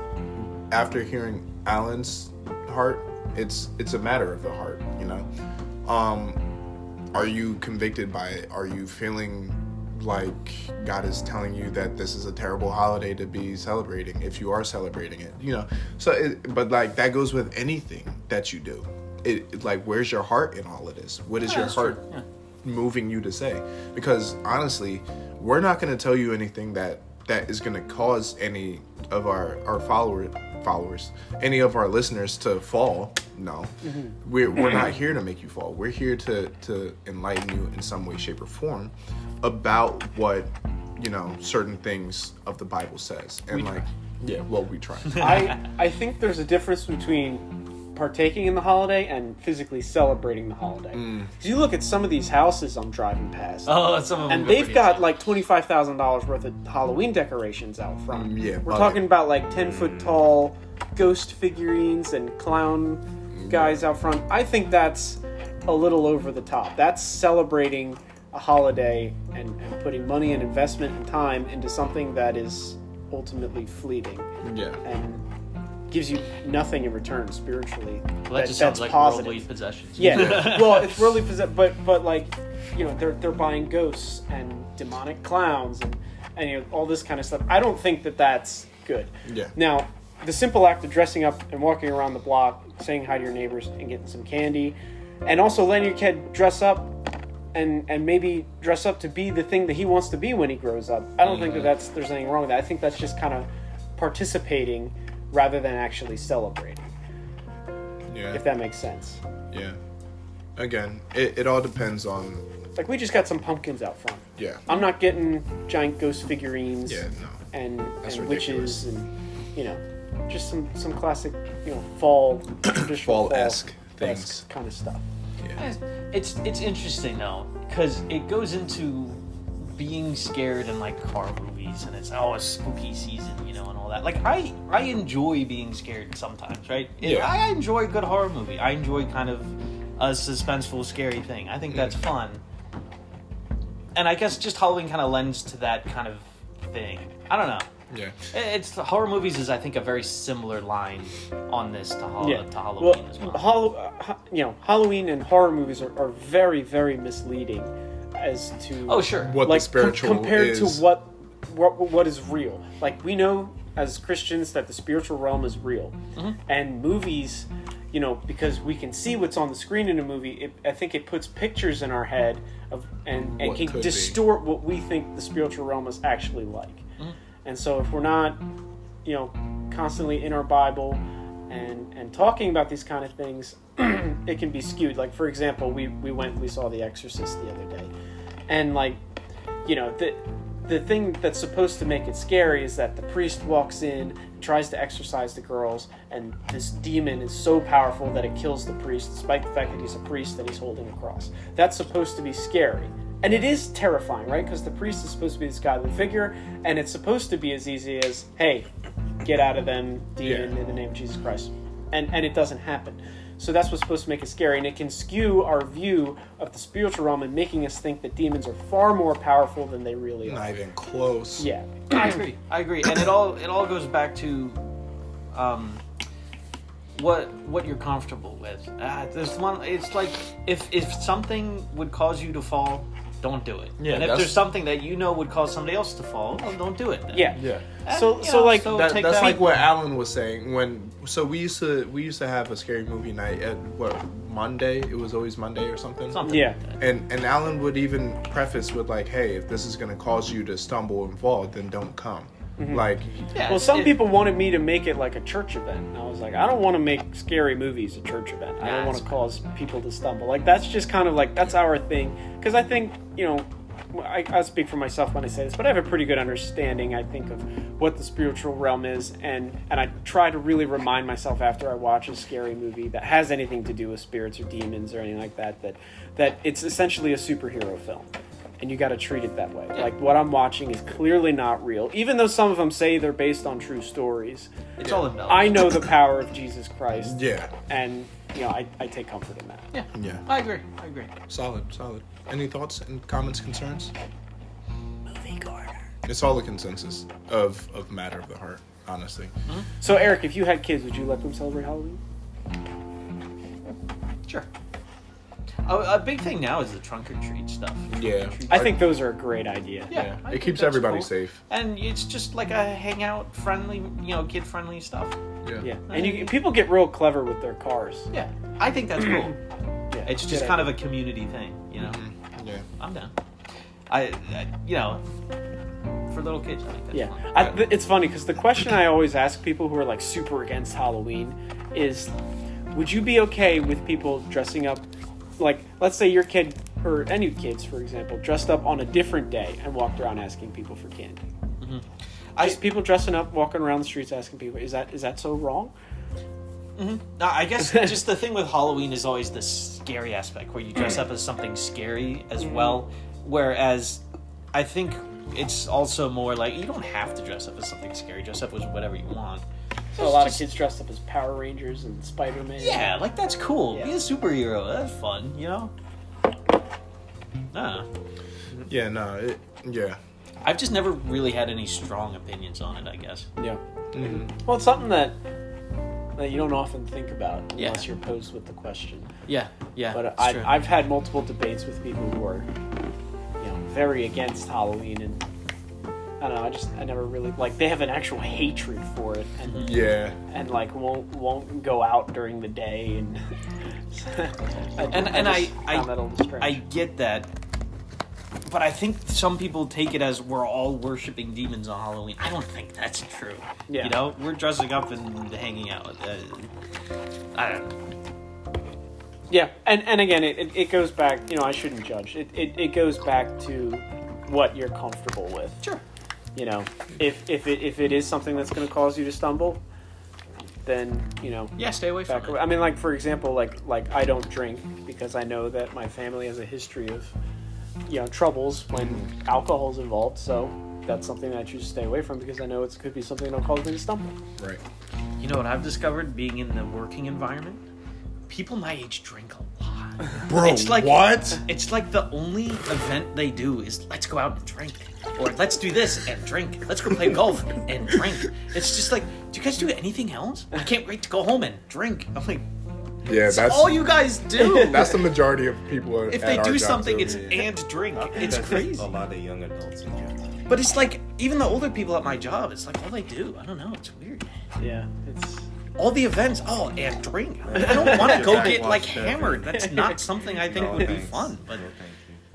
Speaker 3: after hearing Alan's heart, it's it's a matter of the heart, you know. Um, are you convicted by it? Are you feeling like God is telling you that this is a terrible holiday to be celebrating? If you are celebrating it, you know. So, it, but like that goes with anything that you do. It it- like where's your heart in all of this? What is your
Speaker 5: that's true,
Speaker 3: heart
Speaker 5: yeah.
Speaker 3: moving you to say because honestly we're not going to tell you anything that that is going to cause any of our our follower followers any of our listeners to fall no
Speaker 1: Mm-hmm.
Speaker 3: we're, we're not here to make you fall we're here to to enlighten you in some way shape or form about what you know certain things of the bible says and like yeah well we try
Speaker 1: I I think there's a difference between partaking in the holiday and physically celebrating the holiday. Do you look at some of these houses I'm driving past?
Speaker 5: Oh, some of them.
Speaker 1: and
Speaker 5: go
Speaker 1: they've
Speaker 5: pretty
Speaker 1: got
Speaker 5: insane.
Speaker 1: like twenty five thousand dollars worth of Halloween decorations out front.
Speaker 3: Mm, yeah,
Speaker 1: we're
Speaker 3: probably. Mm.
Speaker 1: talking about like ten foot tall ghost figurines and clown
Speaker 3: Mm.
Speaker 1: guys out front. I think that's a little over the top. That's celebrating a holiday and, and putting money and investment and time into something that is ultimately fleeting
Speaker 3: yeah
Speaker 1: and gives you nothing in return spiritually.
Speaker 5: Well, that, just sounds like worldly possessions.
Speaker 1: Yeah. well, it's really possess- but but like, you know, they're they're buying ghosts and demonic clowns and and you know, all this kind of stuff. I don't think that that's good.
Speaker 3: Yeah.
Speaker 1: Now, the simple act of dressing up and walking around the block, saying hi to your neighbors and getting some candy, and also letting your kid dress up and and maybe dress up to be the thing that he wants to be when he grows up. I don't think that that's there's anything wrong with that. I think that's just kind of participating rather than actually celebrating,
Speaker 3: yeah
Speaker 1: if that makes sense.
Speaker 3: yeah again it, it all depends on
Speaker 1: Like we just got some pumpkins out front.
Speaker 3: yeah
Speaker 1: I'm not getting giant ghost figurines
Speaker 3: yeah no
Speaker 1: and,
Speaker 3: That's
Speaker 1: and witches
Speaker 3: ridiculous.
Speaker 1: and you know just some some classic you know fall traditional
Speaker 3: Fall-esque things.
Speaker 1: kind of stuff.
Speaker 3: yeah
Speaker 5: It's it's interesting though, because it goes into being scared in like horror movies, and it's oh, it's spooky season, you know, and all that. Like I I enjoy being scared sometimes, right? It-
Speaker 3: Yeah.
Speaker 5: I enjoy a good horror movie. I enjoy kind of a suspenseful, scary thing. I think that's fun. And I guess just Halloween kind of lends to that kind of thing. I don't know.
Speaker 3: yeah
Speaker 5: It- It's horror movies is I think a very similar line on this to, Hall-
Speaker 1: yeah.
Speaker 5: to Halloween as well.
Speaker 1: Hall- uh, ha- you know, Halloween and horror movies are, are very very misleading as to
Speaker 5: oh sure.
Speaker 3: what
Speaker 1: like
Speaker 3: the spiritual
Speaker 1: com- compared
Speaker 3: is.
Speaker 1: to what what, what is real. Like we know as Christians that the spiritual realm is real, and movies, you know, because we can see what's on the screen in a movie. It, I think it puts pictures in our head of and, and
Speaker 3: What could
Speaker 1: can
Speaker 3: be.
Speaker 1: distort what we think the spiritual realm is actually like. And so if we're not, you know, constantly in our Bible and and talking about these kind of things. it can be skewed. Like for example, we we went we saw The Exorcist the other day, and like you know the the thing that's supposed to make it scary is that the priest walks in and tries to exorcise the girls and this demon is so powerful that it kills the priest despite the fact that he's a priest that he's holding a cross that's supposed to be scary and it is terrifying right because the priest is supposed to be this godly figure and it's supposed to be as easy as hey get out of them demon in the name of jesus christ and and it doesn't happen so that's what's supposed to make it scary, and it can skew our view of the spiritual realm and making us think that demons are far more powerful than they really are.
Speaker 8: Not even close.
Speaker 1: Yeah,
Speaker 5: I agree. I agree, and it all it all goes back to, um, what what you're comfortable with. Uh, there's one. It's like if if something would cause you to fall, don't do it.
Speaker 8: Yeah,
Speaker 5: and if
Speaker 8: that's-
Speaker 5: there's something that you know would cause somebody else to fall, well, don't do it. Then.
Speaker 1: yeah.
Speaker 3: Yeah.
Speaker 1: So,
Speaker 5: And, you
Speaker 1: so
Speaker 5: know,
Speaker 1: like,
Speaker 5: so-
Speaker 3: That,
Speaker 5: take
Speaker 3: that's
Speaker 5: that.
Speaker 3: like what Alan was saying when. So we used to we used to have a scary movie night at what Monday? It was always Monday or something.
Speaker 5: Something
Speaker 1: Yeah.
Speaker 5: Like that.
Speaker 3: And and Alan would even preface with like, "Hey, if this is gonna cause you to stumble and fall, then don't come."
Speaker 1: Mm-hmm.
Speaker 3: Like,
Speaker 5: Yeah,
Speaker 1: well, some
Speaker 5: it-
Speaker 1: people wanted me to make it like a church event. And I was like, I don't want to make scary movies a church event. I don't
Speaker 5: Nah,
Speaker 1: want to
Speaker 5: it's
Speaker 1: cause people to stumble. Like that's just kind of like that's our thing. Because I think you know, I, I speak for myself when I say this, but I have a pretty good understanding. I think of what the spiritual realm is, and and I try to really remind myself after I watch a scary movie that has anything to do with spirits or demons or anything like that that that it's essentially a superhero film and you got to treat it that way. Like what I'm watching is clearly not real, even though some of them say they're based on true stories.
Speaker 5: it's all about.
Speaker 1: I know the power of Jesus Christ,
Speaker 3: yeah,
Speaker 1: and you know I, I take comfort in that.
Speaker 5: Yeah,
Speaker 3: yeah,
Speaker 5: I agree. I agree.
Speaker 3: solid, solid. Any thoughts and comments, concerns? Movie corner. It's all the consensus of of matter of the heart, honestly.
Speaker 1: So Eric, if you had kids, would you let them celebrate Halloween?
Speaker 5: Sure. A, a big thing now is the trunk or treat stuff.
Speaker 3: Yeah,
Speaker 1: I think those are a great idea.
Speaker 5: Yeah,
Speaker 3: Yeah.
Speaker 5: I
Speaker 3: It
Speaker 5: think
Speaker 3: keeps
Speaker 5: that's
Speaker 3: everybody safe.
Speaker 5: and it's just like a hangout friendly, you know, kid friendly stuff.
Speaker 3: Yeah.
Speaker 1: Yeah, and you, people get real clever with their cars.
Speaker 5: Yeah, I think that's cool.
Speaker 1: Yeah,
Speaker 5: It's just kind of a community thing, you know.
Speaker 3: yeah.
Speaker 5: I'm down. I, I, you know, for little kids, I think that's
Speaker 1: Yeah,
Speaker 5: fun.
Speaker 1: I, th- it's funny because the question I always ask people who are like super against Halloween is, would you be okay with people dressing up, like let's say your kid or any kids, for example, dressed up on a different day and walked around asking people for candy? Mm-hmm.
Speaker 5: I,
Speaker 1: Just people dressing up, walking around the streets asking people, is that is that so wrong?
Speaker 5: no, I guess just the thing with Halloween is always the scary aspect where you dress up as something scary as well. Whereas, I think it's also more like you don't have to dress up as something scary. Dress up as whatever you want.
Speaker 1: So a lot of kids dressed up as Power Rangers and Spider Man.
Speaker 5: Yeah, like that's cool. Be
Speaker 1: Yeah.
Speaker 5: a superhero. That's fun, you know. Nah,
Speaker 3: Yeah, no, it, yeah.
Speaker 5: I've just never really had any strong opinions on it. I guess.
Speaker 1: yeah. Well, it's something that that you don't often think about
Speaker 5: Yeah.
Speaker 1: unless you're posed with the question.
Speaker 5: Yeah, yeah.
Speaker 1: But
Speaker 5: that's true.
Speaker 1: I, I've had multiple debates with people who are, you know, very against Halloween, and I don't know. I just I never really like they have an actual hatred for it,
Speaker 5: Mm-hmm.
Speaker 1: and
Speaker 3: Yeah.
Speaker 1: and like won't won't go out during the day, and I,
Speaker 5: And- and I-
Speaker 1: just
Speaker 5: I-
Speaker 1: found that a
Speaker 5: I
Speaker 1: distraction.
Speaker 5: get that. But I think some people take it as we're all worshiping demons on Halloween. I don't think that's true.
Speaker 1: Yeah.
Speaker 5: You know, we're dressing up and hanging out. Uh, I don't know.
Speaker 1: yeah, and and again, it, it, it goes back. You know, I shouldn't judge. It, it it goes back to what you're comfortable with.
Speaker 5: Sure.
Speaker 1: you know, if if it if it is something that's going to cause you to stumble, then you know,
Speaker 5: Yeah, stay away from
Speaker 1: back
Speaker 5: it.
Speaker 1: away. Uh, I mean, like for example, like like I don't drink because I know that my family has a history of you know troubles when alcohol's involved. So that's something that I choose to stay away from because I know it could be something that'll cause me to stumble.
Speaker 3: Right.
Speaker 5: You know what I've discovered being in the working environment? People my age drink a lot.
Speaker 8: Bro,
Speaker 5: It's like-
Speaker 8: what?
Speaker 5: It's like the only event they do is let's go out and drink. Or let's do this and drink. Let's go play golf and drink. It's just like, do you guys do anything else? I can't wait to go home and drink. I'm like,
Speaker 3: Yeah,
Speaker 5: That's
Speaker 3: that's
Speaker 5: all you guys do.
Speaker 3: that's the majority of people.
Speaker 5: if
Speaker 3: at
Speaker 5: they
Speaker 3: our
Speaker 5: do
Speaker 3: job,
Speaker 5: something,
Speaker 3: too.
Speaker 5: it's
Speaker 7: Yeah.
Speaker 5: and drink.
Speaker 7: I think
Speaker 5: It's
Speaker 7: that's
Speaker 5: crazy.
Speaker 7: A lot of young adults in general.
Speaker 5: But it's like even the older people at my job, it's like all they do. I don't know. It's weird.
Speaker 1: Yeah, it's
Speaker 5: All the events, oh, and drink. I don't want to go
Speaker 7: Yeah, I
Speaker 5: get like
Speaker 7: watched that.
Speaker 5: hammered. That's not something I think
Speaker 7: No,
Speaker 5: would be
Speaker 7: thanks.
Speaker 5: fun. But
Speaker 7: No, thank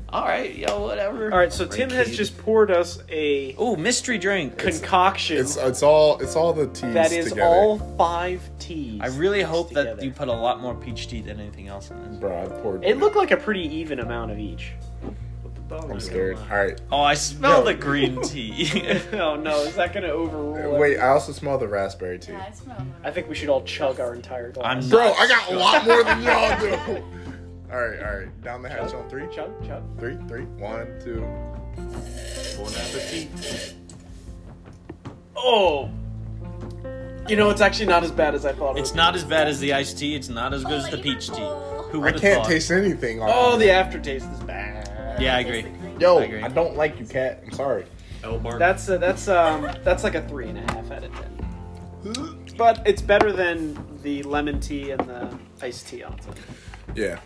Speaker 5: all right, yo, whatever.
Speaker 1: all right. So Tim has
Speaker 7: kid.
Speaker 1: just poured us a
Speaker 5: Oh, mystery drink.
Speaker 1: concoction
Speaker 3: it's it's all it's all the teas
Speaker 1: that is
Speaker 3: together.
Speaker 1: all five teas.
Speaker 5: I really
Speaker 1: mixed
Speaker 5: hope that
Speaker 1: together.
Speaker 5: you put a lot more peach tea than anything else in this.
Speaker 3: Bro, I poured.
Speaker 1: It looked like a pretty even amount of each.
Speaker 3: I'm scared. All right.
Speaker 5: Oh, I smell
Speaker 3: Yo.
Speaker 5: the green tea.
Speaker 1: oh no, is that gonna overrule?
Speaker 3: uh, Wait,
Speaker 1: everything?
Speaker 3: I also smell the raspberry tea.
Speaker 4: Yeah, I smell
Speaker 1: I think we should all chug our entire glass.
Speaker 5: I'm
Speaker 3: Bro,
Speaker 5: not
Speaker 3: I got a
Speaker 5: sure.
Speaker 3: lot more than y'all do. All right, all right. Down the hatch on three,
Speaker 1: chug, chug.
Speaker 3: three, three, one, two.
Speaker 7: you. Bon appetit.
Speaker 1: Oh, you know it's actually not as bad as I thought. it
Speaker 5: It's
Speaker 1: would.
Speaker 5: not as bad as the iced tea. It's not as good as the peach tea. Who
Speaker 3: I
Speaker 5: would
Speaker 3: can't
Speaker 5: thought?
Speaker 3: taste anything. on
Speaker 1: Oh, the
Speaker 3: this.
Speaker 1: aftertaste is bad.
Speaker 5: Yeah, I agree.
Speaker 3: Yo,
Speaker 5: I agree.
Speaker 3: I, don't like you, cat. I'm sorry.
Speaker 2: L bar.
Speaker 1: That's a, that's um that's like a three and a half out of ten. But it's better than the lemon tea and the iced tea on top.
Speaker 3: Yeah.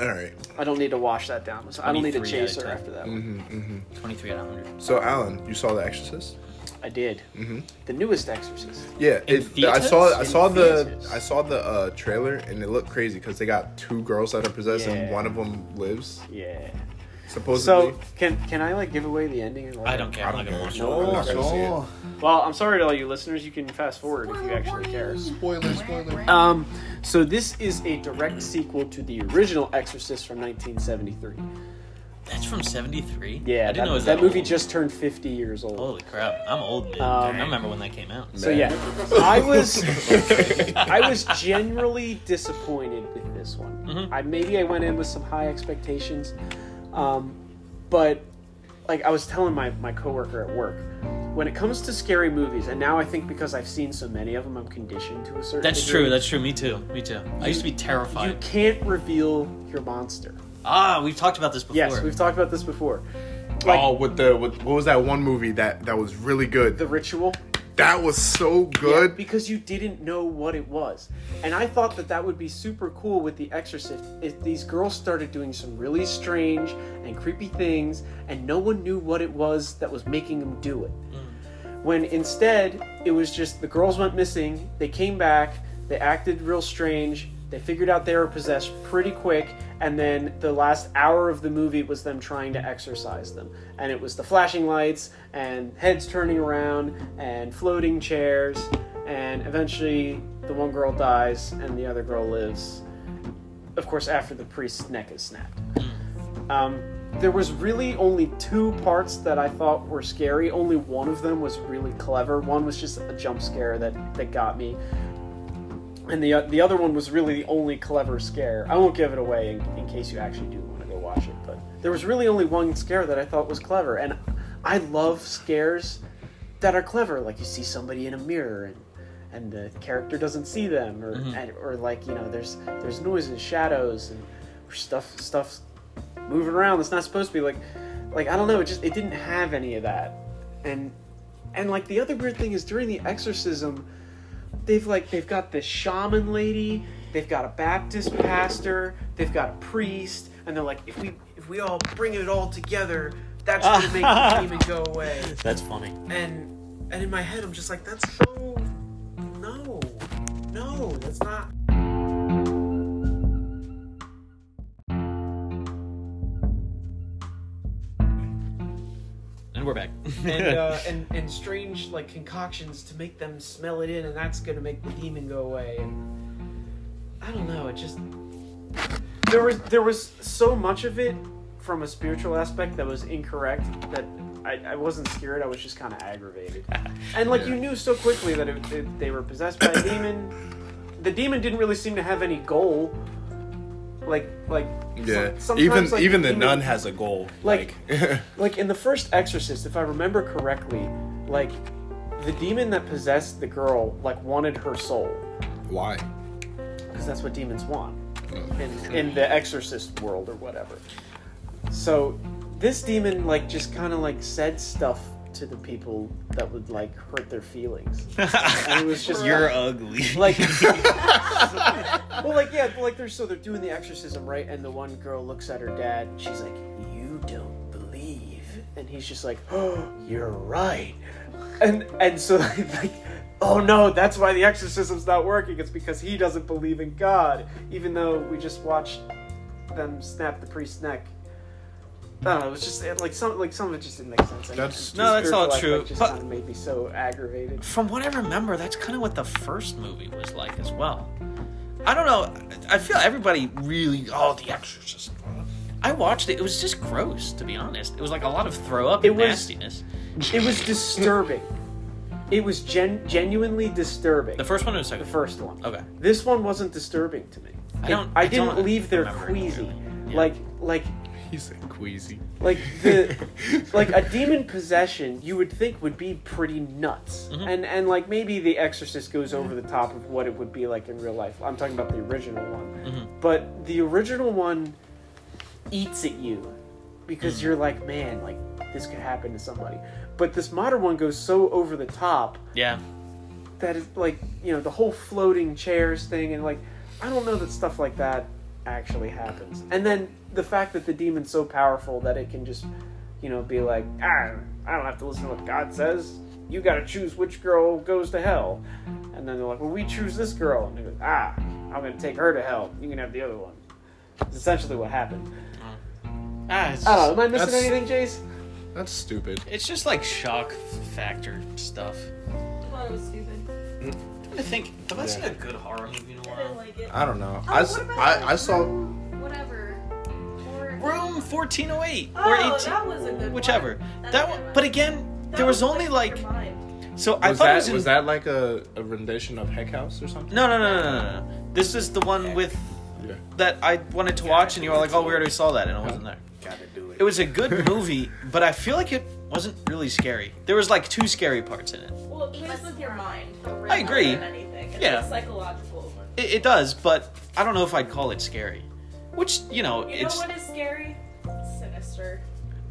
Speaker 3: All right.
Speaker 1: I don't need to wash that down. So I don't need a
Speaker 5: 23 out of
Speaker 1: chaser
Speaker 5: 10.
Speaker 1: after that. One.
Speaker 3: Mm-hmm, mm-hmm.
Speaker 5: Twenty-three out of hundred.
Speaker 3: So, Alan, you saw The Exorcist?
Speaker 5: Mm-hmm.
Speaker 1: I did.
Speaker 3: Mhm.
Speaker 1: The newest Exorcist.
Speaker 3: Yeah,
Speaker 5: In
Speaker 3: it, I saw I
Speaker 5: theaters?
Speaker 3: saw
Speaker 1: In
Speaker 3: the
Speaker 1: theaters.
Speaker 3: I saw the uh, trailer and it looked crazy because they got two girls that are possessed and
Speaker 1: Yeah.
Speaker 3: one of them lives
Speaker 1: Yeah.
Speaker 3: supposedly.
Speaker 1: So can can I like give away the ending? Or
Speaker 5: I don't care. I'm not gonna
Speaker 3: care.
Speaker 5: watch it.
Speaker 3: I'm not gonna see it.
Speaker 1: Well, I'm sorry to all you listeners. You can fast forward if you actually care.
Speaker 3: Spoiler, spoiler.
Speaker 1: Um, so this is a direct sequel to the original Exorcist from 1973.
Speaker 5: That's from '73.
Speaker 1: Yeah,
Speaker 5: I didn't
Speaker 1: that,
Speaker 5: know it was
Speaker 1: that
Speaker 5: that,
Speaker 1: movie
Speaker 5: old. Oh,
Speaker 1: just turned 50 years old.
Speaker 5: Holy crap! I'm old, man.
Speaker 1: Um,
Speaker 5: I remember when that came out.
Speaker 1: So yeah, I was I was generally disappointed with this one.
Speaker 5: Mhm.
Speaker 1: I maybe I went in with some high expectations, um, but like I was telling my my coworker at work, when it comes to scary movies, and now I think because I've seen so many of them, I'm conditioned to a certain.
Speaker 5: That's
Speaker 1: degree,
Speaker 5: true. That's true. Me too. Me too. I used to be
Speaker 1: you
Speaker 5: terrified.
Speaker 1: can't reveal your monster.
Speaker 5: ah, we've talked about this before.
Speaker 1: Yes, we've talked about this before. Like
Speaker 3: Oh, with the with, what was that one movie that that was really good?
Speaker 1: the ritual.
Speaker 3: that was so
Speaker 1: Yeah,
Speaker 3: good.
Speaker 1: because you didn't know what it was. And I thought that that would be super cool with The Exorcist if these girls started doing some really strange and creepy things and no one knew what it was that was making them do it. When instead, it was just the girls went missing, they came back, they acted real strange, they figured out they were possessed pretty quick, and then the last hour of the movie was them trying to exorcise them. And it was the flashing lights, and heads turning around, and floating chairs, and eventually the one girl dies, and the other girl lives. Of course, after the priest's neck is snapped. Um, there was really only two parts that I thought were scary. Only one of them was really clever. One was just a jump scare that, that got me, and the uh, the other one was really the only clever scare. I won't give it away in, in case you actually do want to go watch it. But there was really only one scare that I thought was clever, and I love scares that are clever. Like you see somebody in a mirror and and the character doesn't see them, or and, or like you know there's there's noise and shadows and stuff stuff moving around that's not supposed to be like like i don't know it just it didn't have any of that and and like the other weird thing is during the exorcism they've like they've got this shaman lady they've got a baptist pastor they've got a priest and they're like if we if we all bring it all together that's gonna make the demon go away
Speaker 5: That's funny.
Speaker 1: and and in my head i'm just like that's so no no that's not
Speaker 5: And we're back.
Speaker 1: and, uh, and and strange like concoctions to make them smell it in, and that's gonna make the demon go away. And I don't know. It just there was there was so much of it from a spiritual aspect that was incorrect that I, I wasn't scared. I was just kind of aggravated, and like you knew so quickly that it, it, they were possessed by a demon. The demon didn't really seem to have any goal. Like like
Speaker 3: Yeah,
Speaker 1: some- sometimes,
Speaker 3: even
Speaker 1: like,
Speaker 3: even the
Speaker 1: demon-
Speaker 3: nun has a goal.
Speaker 1: Like- like in the first exorcist if i remember correctly like the demon that possessed the girl like wanted her soul
Speaker 3: why?
Speaker 1: because that's what demons want in, in the exorcist world or whatever so this demon like just kind of like said stuff to the people that would like hurt their feelings.
Speaker 5: I
Speaker 1: it was just-
Speaker 5: you're ugly.
Speaker 1: Like, well, like yeah, but, like they're so they're doing the exorcism right, and the one girl looks at her dad. And she's like, "You don't believe," and he's just like, "Oh, you're right," and and so like. Oh no, that's why the exorcism's not working. It's because he doesn't believe in God, even though we just watched them snap the priest's neck. I don't know. It was just like some like some of it just didn't make sense. And-
Speaker 3: That's-
Speaker 1: and
Speaker 5: No, that's all
Speaker 1: spiritual aspect
Speaker 5: true,
Speaker 1: Just
Speaker 5: but-
Speaker 1: kinda made me so aggravated.
Speaker 5: From what I remember, that's kind of what the first movie was like as well. I don't know. I I feel everybody really. Oh, The Exorcist. I watched it. It was just gross, to be honest. It was like a lot of throw up
Speaker 1: It
Speaker 5: and
Speaker 1: was-
Speaker 5: nastiness.
Speaker 1: It was disturbing. It was gen- genuinely disturbing.
Speaker 5: The first one or the
Speaker 1: The
Speaker 5: second?
Speaker 1: first one.
Speaker 5: Okay.
Speaker 1: This one wasn't disturbing to me.
Speaker 5: I
Speaker 1: It-
Speaker 5: don't-
Speaker 1: I,
Speaker 5: I
Speaker 1: didn't
Speaker 5: don't
Speaker 1: leave there
Speaker 5: remember it
Speaker 1: queasy.
Speaker 5: clearly. Yeah.
Speaker 1: Like like
Speaker 3: He said queasy.
Speaker 1: like the like a demon possession you would think would be pretty nuts.
Speaker 5: Mhm.
Speaker 1: And and like maybe The Exorcist goes over the top of what it would be like in real life. I'm talking about the original one.
Speaker 5: Mhm.
Speaker 1: But the original one eats at you because
Speaker 5: Mm.
Speaker 1: you're like, man, like this could happen to somebody. But this modern one goes so over the top
Speaker 5: Yeah.
Speaker 1: that is like you know the whole floating chairs thing and like i don't know that stuff like that actually happens and then the fact that the demon's so powerful that it can just you know be like ah, i don't have to listen to what god says you got to choose which girl goes to hell and then they're like well we choose this girl and they go ah i'm gonna take her to hell you can have the other one it's essentially what happened
Speaker 5: Ah, it's,
Speaker 1: i
Speaker 3: Oh.
Speaker 1: don't know am i missing
Speaker 3: That's-
Speaker 1: anything jace
Speaker 3: That's stupid.
Speaker 5: it's just like shock factor stuff.
Speaker 4: I thought it was stupid.
Speaker 5: I'm trying to think. Have I seen a good horror movie in a
Speaker 4: I
Speaker 5: while?
Speaker 4: didn't like it.
Speaker 3: I don't know.
Speaker 4: Oh,
Speaker 3: I,
Speaker 4: what
Speaker 3: s-
Speaker 4: about,
Speaker 3: I-
Speaker 4: like,
Speaker 3: I saw.
Speaker 4: Room Whatever. Or-
Speaker 5: Room 1408
Speaker 4: Oh,
Speaker 5: or 18.
Speaker 4: that was a good one.
Speaker 5: whichever.
Speaker 4: That's a
Speaker 5: That
Speaker 4: good
Speaker 5: one. But again, there was,
Speaker 4: one
Speaker 5: only
Speaker 4: blew
Speaker 5: like.
Speaker 4: your mind.
Speaker 5: So I
Speaker 3: Was
Speaker 5: thought it was
Speaker 3: that
Speaker 5: in.
Speaker 3: was that like a, a rendition of Heck House or something?
Speaker 5: No, no, no, no, no, no. This is the one with
Speaker 3: Yeah.
Speaker 5: that I wanted to watch, and you were like, "Oh, we already saw that," and I wasn't there.
Speaker 7: Gotta do it.
Speaker 5: It was a good movie, but I feel like it wasn't really scary. There was like two scary parts in it.
Speaker 6: Well, it
Speaker 4: It
Speaker 6: plays
Speaker 4: must
Speaker 6: with your
Speaker 4: not
Speaker 6: mind.
Speaker 4: be real
Speaker 5: I agree.
Speaker 4: than anything.
Speaker 6: It's
Speaker 5: Yeah.
Speaker 6: a psychological one.
Speaker 5: It, it does, but I don't know if I'd call it scary. Which you know,
Speaker 6: You
Speaker 5: it's
Speaker 6: know what is scary? Sinister.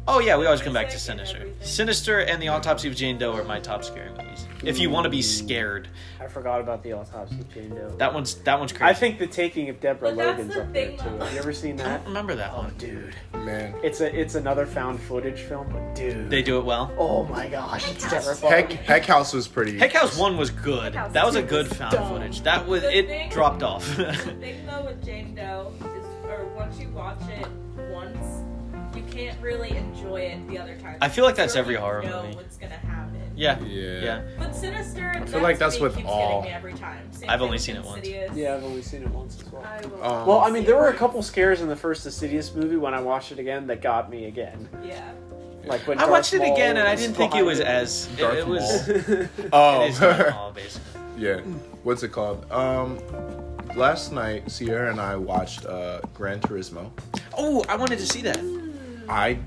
Speaker 5: oh yeah, we always come back to
Speaker 6: Music and
Speaker 5: Sinister.
Speaker 6: everything.
Speaker 5: Sinister and The Autopsy of Jane Doe are my top scary movies. If you want to be scared,
Speaker 1: i forgot about the autopsy of jane doe
Speaker 5: that one's that one's crazy.
Speaker 1: i think the taking of deborah
Speaker 6: But that's
Speaker 1: logan's
Speaker 6: the
Speaker 1: up there
Speaker 6: thing,
Speaker 1: too
Speaker 6: though.
Speaker 1: have you ever seen
Speaker 5: I
Speaker 1: that
Speaker 5: don't remember that one.
Speaker 1: dude
Speaker 3: Man,
Speaker 1: It's a it's another found footage film, but dude,
Speaker 5: They do it well.
Speaker 1: oh my gosh, it's terrifying.
Speaker 3: Heck Heck House was pretty.
Speaker 5: Heck House One was good.
Speaker 4: Heck House
Speaker 5: That was a
Speaker 4: two
Speaker 5: good
Speaker 4: was
Speaker 5: found
Speaker 1: dumb.
Speaker 5: footage. That was
Speaker 6: The
Speaker 5: it
Speaker 6: thing-
Speaker 5: dropped off.
Speaker 6: The thing though with Jane Doe is, or once you watch it once, you can't really enjoy it the other time.
Speaker 5: I feel like
Speaker 6: You
Speaker 5: that's every
Speaker 6: already
Speaker 5: horror
Speaker 6: know
Speaker 5: movie.
Speaker 6: What's gonna happen?
Speaker 5: yeah,
Speaker 3: Yeah.
Speaker 5: yeah.
Speaker 6: But Sinister. I
Speaker 3: feel like that's with
Speaker 6: keeps
Speaker 3: all.
Speaker 6: Getting me every time. Same
Speaker 5: I've
Speaker 6: thing
Speaker 5: only
Speaker 6: with
Speaker 5: seen it once.
Speaker 6: Insidious.
Speaker 1: Yeah, I've only seen it once as well.
Speaker 4: I will.
Speaker 3: Um,
Speaker 1: Well, I mean, there were a couple scares in the first Insidious movie when I watched it again that got me again.
Speaker 6: Yeah.
Speaker 1: Like when
Speaker 5: I
Speaker 1: Darth
Speaker 5: watched it
Speaker 1: Maul
Speaker 5: again and I didn't think it was as it,
Speaker 3: Darth
Speaker 5: it was.
Speaker 1: behind-
Speaker 5: It is Darth
Speaker 3: Oh,
Speaker 5: Maul, basically.
Speaker 3: yeah. What's it called? Um, last night Sierra and I watched uh Gran Turismo.
Speaker 5: Oh, I wanted to see that.
Speaker 3: I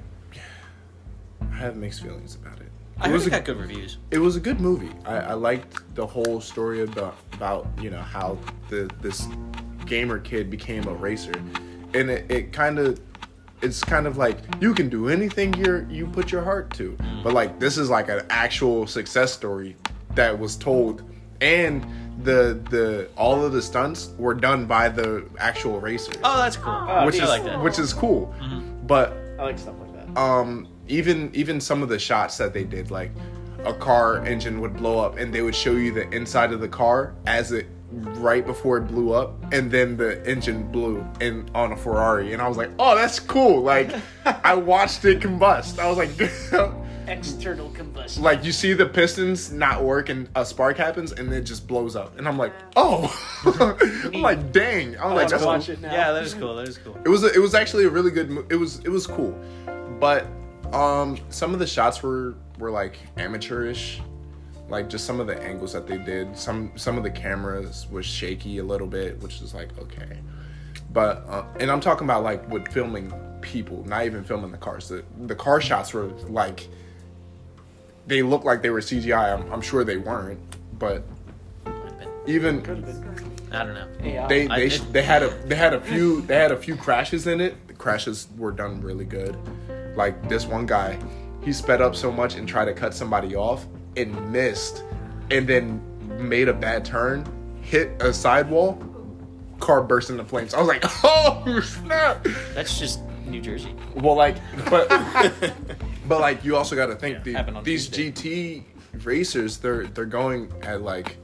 Speaker 3: I have mixed feelings about it.
Speaker 5: I
Speaker 3: it
Speaker 5: heard
Speaker 3: was
Speaker 5: it
Speaker 3: a
Speaker 5: got good reviews.
Speaker 3: it was a good movie. I, I liked the whole story about about you know how the this gamer kid became a racer, and it, it kind of it's kind of like you can do anything you you put your heart to,
Speaker 5: Mm.
Speaker 3: but like this is like an actual success story that was told, and the the all of the stunts were done by the actual racer,
Speaker 5: Oh, that's cool.
Speaker 1: Oh,
Speaker 3: which
Speaker 5: I
Speaker 3: is
Speaker 5: like that. Mm-hmm.
Speaker 3: which is cool, but
Speaker 1: I like stuff like that.
Speaker 3: um even even some of the shots that they did like a car engine would blow up and they would show you the inside of the car as it right before it blew up and then the engine blew and on a Ferrari and I was like oh that's cool like I watched it combust I was like
Speaker 1: External combustion.
Speaker 3: like you see the pistons not work and a spark happens and it just blows up and I'm like oh I'm like dang I was like
Speaker 1: I
Speaker 3: that's
Speaker 1: to watch
Speaker 3: cool."
Speaker 1: it now.
Speaker 5: Yeah, that is cool. That is cool.
Speaker 3: It was a, it was actually a really good. mo- It was it was cool, but um, some of the shots were were like amateurish, like just some of the angles that they did. Some some of the cameras was shaky a little bit, which is like okay, but uh, and I'm talking about like with filming people, not even filming the cars. The the car shots were like they looked like they were CGI. I'm, I'm sure they weren't, but even
Speaker 1: Could have been.
Speaker 5: I don't know.
Speaker 1: AI.
Speaker 3: they
Speaker 5: I
Speaker 3: they,
Speaker 5: did-
Speaker 3: sh they had a they had a few they had a few crashes in it. The crashes were done really good. Like this one guy he sped up so much and tried to cut somebody off and missed and then made a bad turn, hit a sidewall, car burst into flames. I was like, oh snap!
Speaker 5: That's just New Jersey.
Speaker 3: Well, like, but but like, you also got to think
Speaker 5: Yeah,
Speaker 3: the-
Speaker 5: happened on
Speaker 3: these
Speaker 5: Tuesday.
Speaker 3: GT racers, they're they're going at like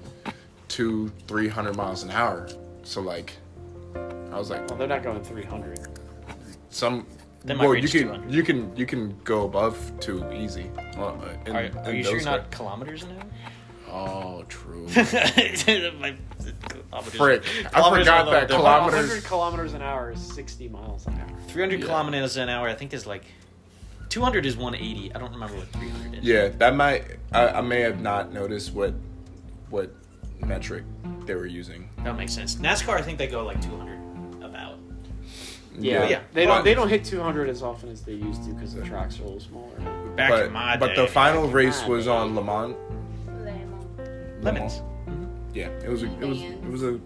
Speaker 3: two, three hundred miles an hour. So like, I was like,
Speaker 1: Well, they're not going 300.
Speaker 3: some.
Speaker 5: They might
Speaker 3: well, you
Speaker 5: reach
Speaker 3: can
Speaker 5: 200.
Speaker 3: you can you can go above two easy. Well, uh, in-
Speaker 5: Are, are
Speaker 3: in
Speaker 5: you sure
Speaker 3: those
Speaker 5: you're not
Speaker 3: cars.
Speaker 5: kilometers an hour?
Speaker 3: Oh, true.
Speaker 5: My- kilometers-
Speaker 3: Frick, I
Speaker 5: kilometers are a
Speaker 3: forgot
Speaker 5: little
Speaker 3: that
Speaker 5: different.
Speaker 1: 100
Speaker 3: kilometers.
Speaker 1: kilometers an hour is 60 miles an hour.
Speaker 5: 300
Speaker 3: Yeah.
Speaker 5: kilometers an hour, I think, is like 200 is 180. I don't remember what 300 is.
Speaker 3: Yeah, that might. I, I may have not noticed what what metric they were using.
Speaker 5: That makes sense. NASCAR, I think they go like 200 about. yeah.
Speaker 1: They don't
Speaker 3: But-
Speaker 1: they don't hit 200 as often as they used to because the tracks are a little smaller. now.
Speaker 5: Back
Speaker 3: but,
Speaker 5: in my
Speaker 3: but
Speaker 5: day.
Speaker 3: the final
Speaker 1: in
Speaker 3: race
Speaker 1: my
Speaker 3: was
Speaker 1: day.
Speaker 3: on Le Mans. Le
Speaker 5: Lemons.
Speaker 3: Mans. Yeah, it was a, it was it was a,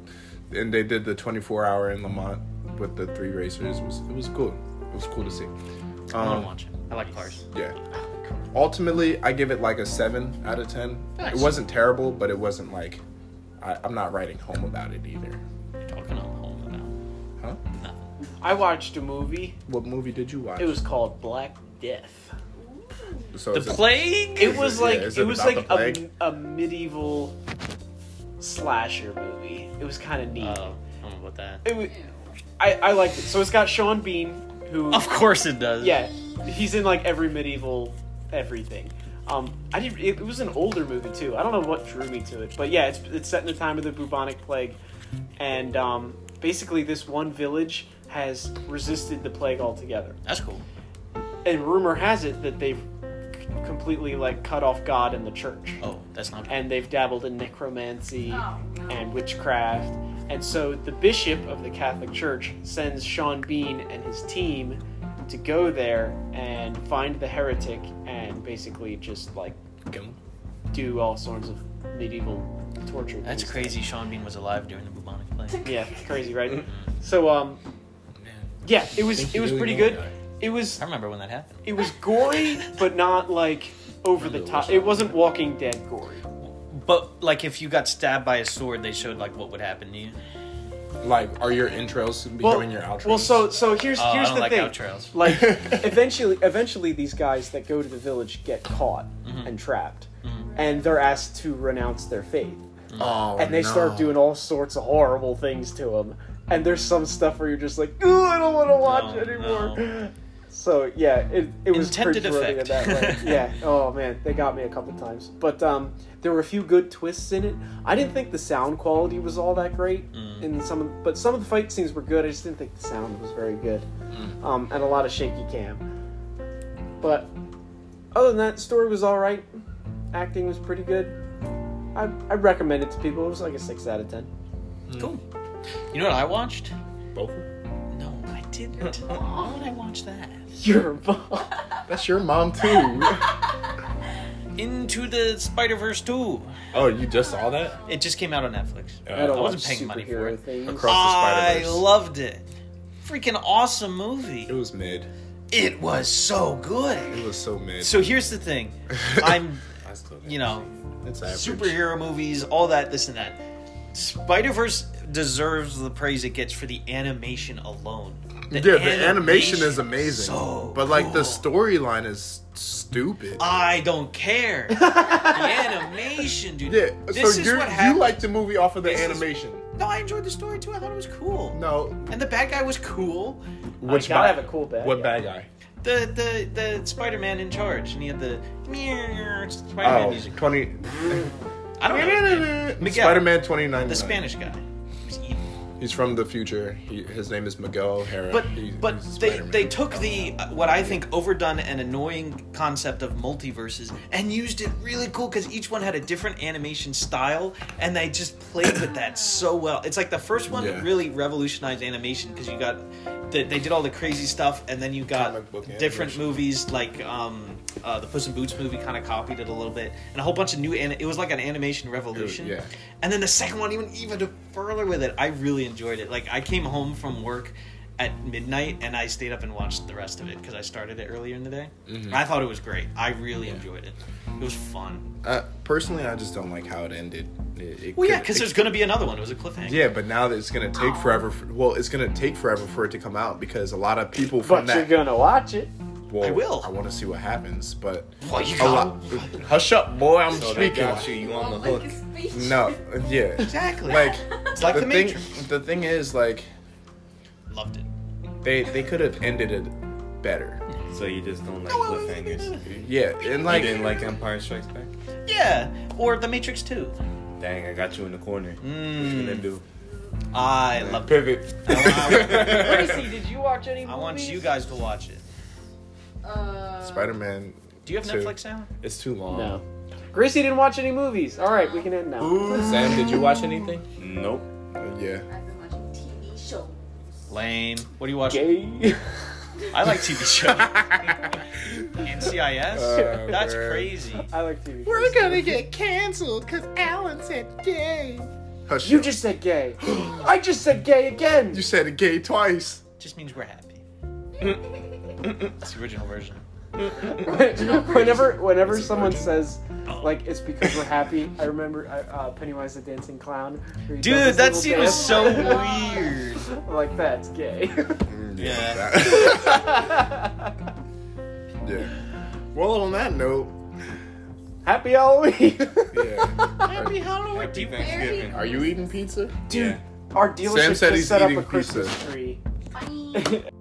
Speaker 3: and they did the 24 hour in Le Mans with the three racers. It was it was cool. It was cool to see.
Speaker 5: I'm gonna
Speaker 3: Um,
Speaker 5: watch it. I like cars.
Speaker 3: yeah.
Speaker 1: Oh,
Speaker 3: Ultimately, I give it like a seven out of ten. It
Speaker 5: Nice.
Speaker 3: wasn't terrible, but it wasn't like I, I'm not writing home about it either.
Speaker 5: You're talking on home
Speaker 3: Huh?
Speaker 5: about nothing.
Speaker 1: I watched a movie.
Speaker 3: What movie did you watch?
Speaker 1: It was called Black Death.
Speaker 3: so
Speaker 5: The
Speaker 3: is it-
Speaker 5: plague?
Speaker 1: It was
Speaker 3: it-
Speaker 1: like
Speaker 3: yeah, is
Speaker 1: it,
Speaker 3: it
Speaker 1: was
Speaker 3: about
Speaker 1: like
Speaker 3: the
Speaker 1: a,
Speaker 3: plague?
Speaker 1: a medieval slasher movie. It was kind of neat.
Speaker 5: Oh, I don't know about that.
Speaker 1: It wa- I I liked it. So it's got Sean Bean who
Speaker 5: Of course it does.
Speaker 1: yeah he's in like every medieval everything. Um, I did. It, it was an older movie too. I don't know what drew me to it, but yeah, it's it's set in the time of the bubonic plague, and um, basically this one village has resisted the plague altogether.
Speaker 5: That's cool.
Speaker 1: And rumor has it that they've c- completely like cut off God and the church
Speaker 5: Oh, that's not
Speaker 1: and they've dabbled in necromancy
Speaker 6: Oh, no.
Speaker 1: and witchcraft. And so the bishop of the Catholic Church sends Sean Bean and his team to go there and find the heretic and basically just like do all sorts of medieval torture.
Speaker 5: That's
Speaker 1: things.
Speaker 5: crazy. Sean Bean was alive during the bubonic plague.
Speaker 1: Yeah, it's crazy, right? So um yeah, it was it was pretty good. It was
Speaker 5: I remember when that happened.
Speaker 1: it was gory but not like over the top. It wasn't Walking Dead gory.
Speaker 5: But like, if you got stabbed by a sword, they showed like what would happen to you.
Speaker 3: like are your intros
Speaker 1: Well,
Speaker 3: becoming your outros?
Speaker 1: well, so so here's
Speaker 5: Oh, I
Speaker 1: here's
Speaker 5: don't
Speaker 1: the
Speaker 5: like
Speaker 1: thing.
Speaker 5: outros.
Speaker 1: like eventually eventually these guys that go to the village get caught
Speaker 5: Mm-hmm.
Speaker 1: and trapped and they're asked to renounce their faith
Speaker 3: Oh,
Speaker 1: and they
Speaker 3: no.
Speaker 1: start doing all sorts of horrible things to them and there's some stuff where you're just like Ooh, i don't want to watch
Speaker 5: No,
Speaker 1: anymore so yeah it, it was
Speaker 5: Intended
Speaker 1: cringeworthy in that
Speaker 5: effect.
Speaker 1: way yeah oh man they got me a couple times but um there were a few good twists in it i didn't think the sound quality was all that great
Speaker 5: Mm.
Speaker 1: in some of, but some of the fight scenes were good i just didn't think the sound was very good
Speaker 5: Mm.
Speaker 1: um, and a lot of shaky cam. But other than that, story was all right. Acting was pretty good. I I recommend it to people. It was like a six out of ten.
Speaker 5: Cool. You know what I watched?
Speaker 3: Both?
Speaker 5: No, I didn't. Why would I watch that?
Speaker 1: You're involved.
Speaker 3: That's your mom too.
Speaker 5: Into the Spider Verse 2.
Speaker 7: Oh, you just saw that?
Speaker 5: It just came out on Netflix.
Speaker 1: I don't
Speaker 5: I
Speaker 1: watch
Speaker 5: wasn't paying money for
Speaker 1: superhero
Speaker 5: it.
Speaker 1: things.
Speaker 7: Across-
Speaker 5: I
Speaker 7: Spider-Verse.
Speaker 5: loved it. Freaking awesome movie.
Speaker 3: it was mid.
Speaker 5: It was so good.
Speaker 3: It was so mid.
Speaker 5: So here's the thing. I'm,
Speaker 7: I still
Speaker 5: you know,
Speaker 3: it's average.
Speaker 5: superhero movies, all that, this and that. Spider Verse deserves the praise it gets for the animation alone.
Speaker 3: yeah, the animation is amazing.
Speaker 5: so
Speaker 3: but like
Speaker 5: cool.
Speaker 3: the
Speaker 5: Uh,
Speaker 3: storyline is stupid.
Speaker 5: I don't care. the animation, dude.
Speaker 3: yeah.
Speaker 5: this
Speaker 3: so
Speaker 5: is
Speaker 3: you
Speaker 5: what
Speaker 3: you
Speaker 5: happened.
Speaker 3: like the movie off of the
Speaker 5: This is-
Speaker 3: animation?
Speaker 5: No, I enjoyed the story too. I thought it was cool.
Speaker 3: No.
Speaker 5: And the bad guy was cool.
Speaker 1: Which gotta have a cool bag.
Speaker 3: What bad guy?
Speaker 5: The the the Spider Man in charge, and he had the Spider Man
Speaker 3: Oh,
Speaker 5: music.
Speaker 3: 20
Speaker 5: I don't know. his name. Miguel.
Speaker 3: Spider-Man 29.
Speaker 5: The Spanish guy. He was evil.
Speaker 3: He's from the future. He, his name is Miguel O'Hara.
Speaker 5: But
Speaker 3: He-
Speaker 5: but
Speaker 3: he's
Speaker 5: they
Speaker 3: Spider-Man.
Speaker 5: they took the uh, what I think overdone and annoying concept of multiverses and used it really cool because each one had a different animation style and they just played with that so well. It's like the first one
Speaker 3: Yeah.
Speaker 5: really revolutionized animation because you got they, they did all the crazy stuff and then you got
Speaker 3: Comic book
Speaker 5: different
Speaker 3: animation.
Speaker 5: movies like um, uh, the Puss in Boots movie kind of copied it a little bit and a whole bunch of new an- it was like an animation revolution.
Speaker 3: yeah.
Speaker 5: And then the second one even even further with it. I really enjoyed it. Like I came home from work at midnight, and I stayed up and watched the rest of it because I started it earlier in the day. I thought it was great. I really enjoyed it. It was fun.
Speaker 3: Uh, personally, I just
Speaker 7: just don't like how it ended. It, it
Speaker 5: Well, yeah,
Speaker 7: could've-
Speaker 5: because
Speaker 7: it-
Speaker 5: there's gonna be another one. It was a cliffhanger.
Speaker 3: yeah, but now that it's gonna take forever. For, well, it's gonna take forever for it to come out because a lot of people
Speaker 1: But
Speaker 3: from
Speaker 1: you're
Speaker 3: that.
Speaker 1: gonna watch it.
Speaker 3: well,
Speaker 5: I will.
Speaker 3: I want to see what happens, but
Speaker 5: Well, you
Speaker 3: a
Speaker 5: got
Speaker 3: lot. Hush up, boy! I'm
Speaker 7: So they
Speaker 3: speaking.
Speaker 7: got you. You on the
Speaker 4: Like
Speaker 7: hook.
Speaker 4: a speech.
Speaker 3: No, yeah,
Speaker 5: exactly.
Speaker 3: like
Speaker 5: it's like the,
Speaker 3: the thing.
Speaker 5: Matrix.
Speaker 3: The thing is, like
Speaker 5: Loved it.
Speaker 3: they they could have ended it better.
Speaker 7: So you just don't like cliffhangers.
Speaker 3: Yeah, and
Speaker 7: Like,
Speaker 3: like
Speaker 7: you didn't like Empire Strikes Back?
Speaker 5: Yeah, or the Matrix Two.
Speaker 7: Dang, I got you in the corner. What you gonna
Speaker 5: Mm,
Speaker 7: do?
Speaker 5: I loved it.
Speaker 7: Pivot.
Speaker 1: Tracy, did you watch any
Speaker 5: I
Speaker 1: movies?
Speaker 5: want you guys to watch it.
Speaker 4: Uh,
Speaker 3: Spider Man,
Speaker 5: Do you have
Speaker 3: Two.
Speaker 5: Netflix, Alan?
Speaker 7: It's too long.
Speaker 1: No. Gracie didn't watch any movies. All right, we can end now.
Speaker 8: Sam, did you watch anything?
Speaker 7: Nope.
Speaker 3: yeah.
Speaker 4: I've been watching TV shows.
Speaker 5: Lame. What do you watch?
Speaker 1: Gay.
Speaker 5: I like TV shows. NCIS?
Speaker 3: Uh,
Speaker 5: That's
Speaker 3: man.
Speaker 5: crazy.
Speaker 1: I like TV.
Speaker 3: We're
Speaker 1: shows.
Speaker 3: gonna get canceled because Alan said gay. Hush
Speaker 1: You
Speaker 3: up.
Speaker 1: just said gay. I just said gay again.
Speaker 3: you said gay twice.
Speaker 5: Just means we're happy. it's the original version.
Speaker 1: whenever whenever someone says
Speaker 5: Oh.
Speaker 1: like it's because we're happy, I remember uh, uh, Pennywise the Dancing Clown. where he
Speaker 5: Dude,
Speaker 1: does
Speaker 5: that
Speaker 1: this
Speaker 5: scene
Speaker 1: little
Speaker 5: was
Speaker 1: dance.
Speaker 5: so weird.
Speaker 1: like that's gay.
Speaker 3: Mm,
Speaker 5: Yeah.
Speaker 3: yeah. Well, on that note,
Speaker 1: happy Halloween,
Speaker 3: yeah.
Speaker 5: Happy Halloween.
Speaker 7: Happy
Speaker 5: Do you-
Speaker 7: Thanksgiving.
Speaker 3: Are you eating pizza?
Speaker 1: dude.
Speaker 7: Yeah.
Speaker 1: Our dealership
Speaker 3: said
Speaker 1: just
Speaker 3: he's
Speaker 1: set up
Speaker 3: eating
Speaker 1: a Christmas tree.
Speaker 4: Funny.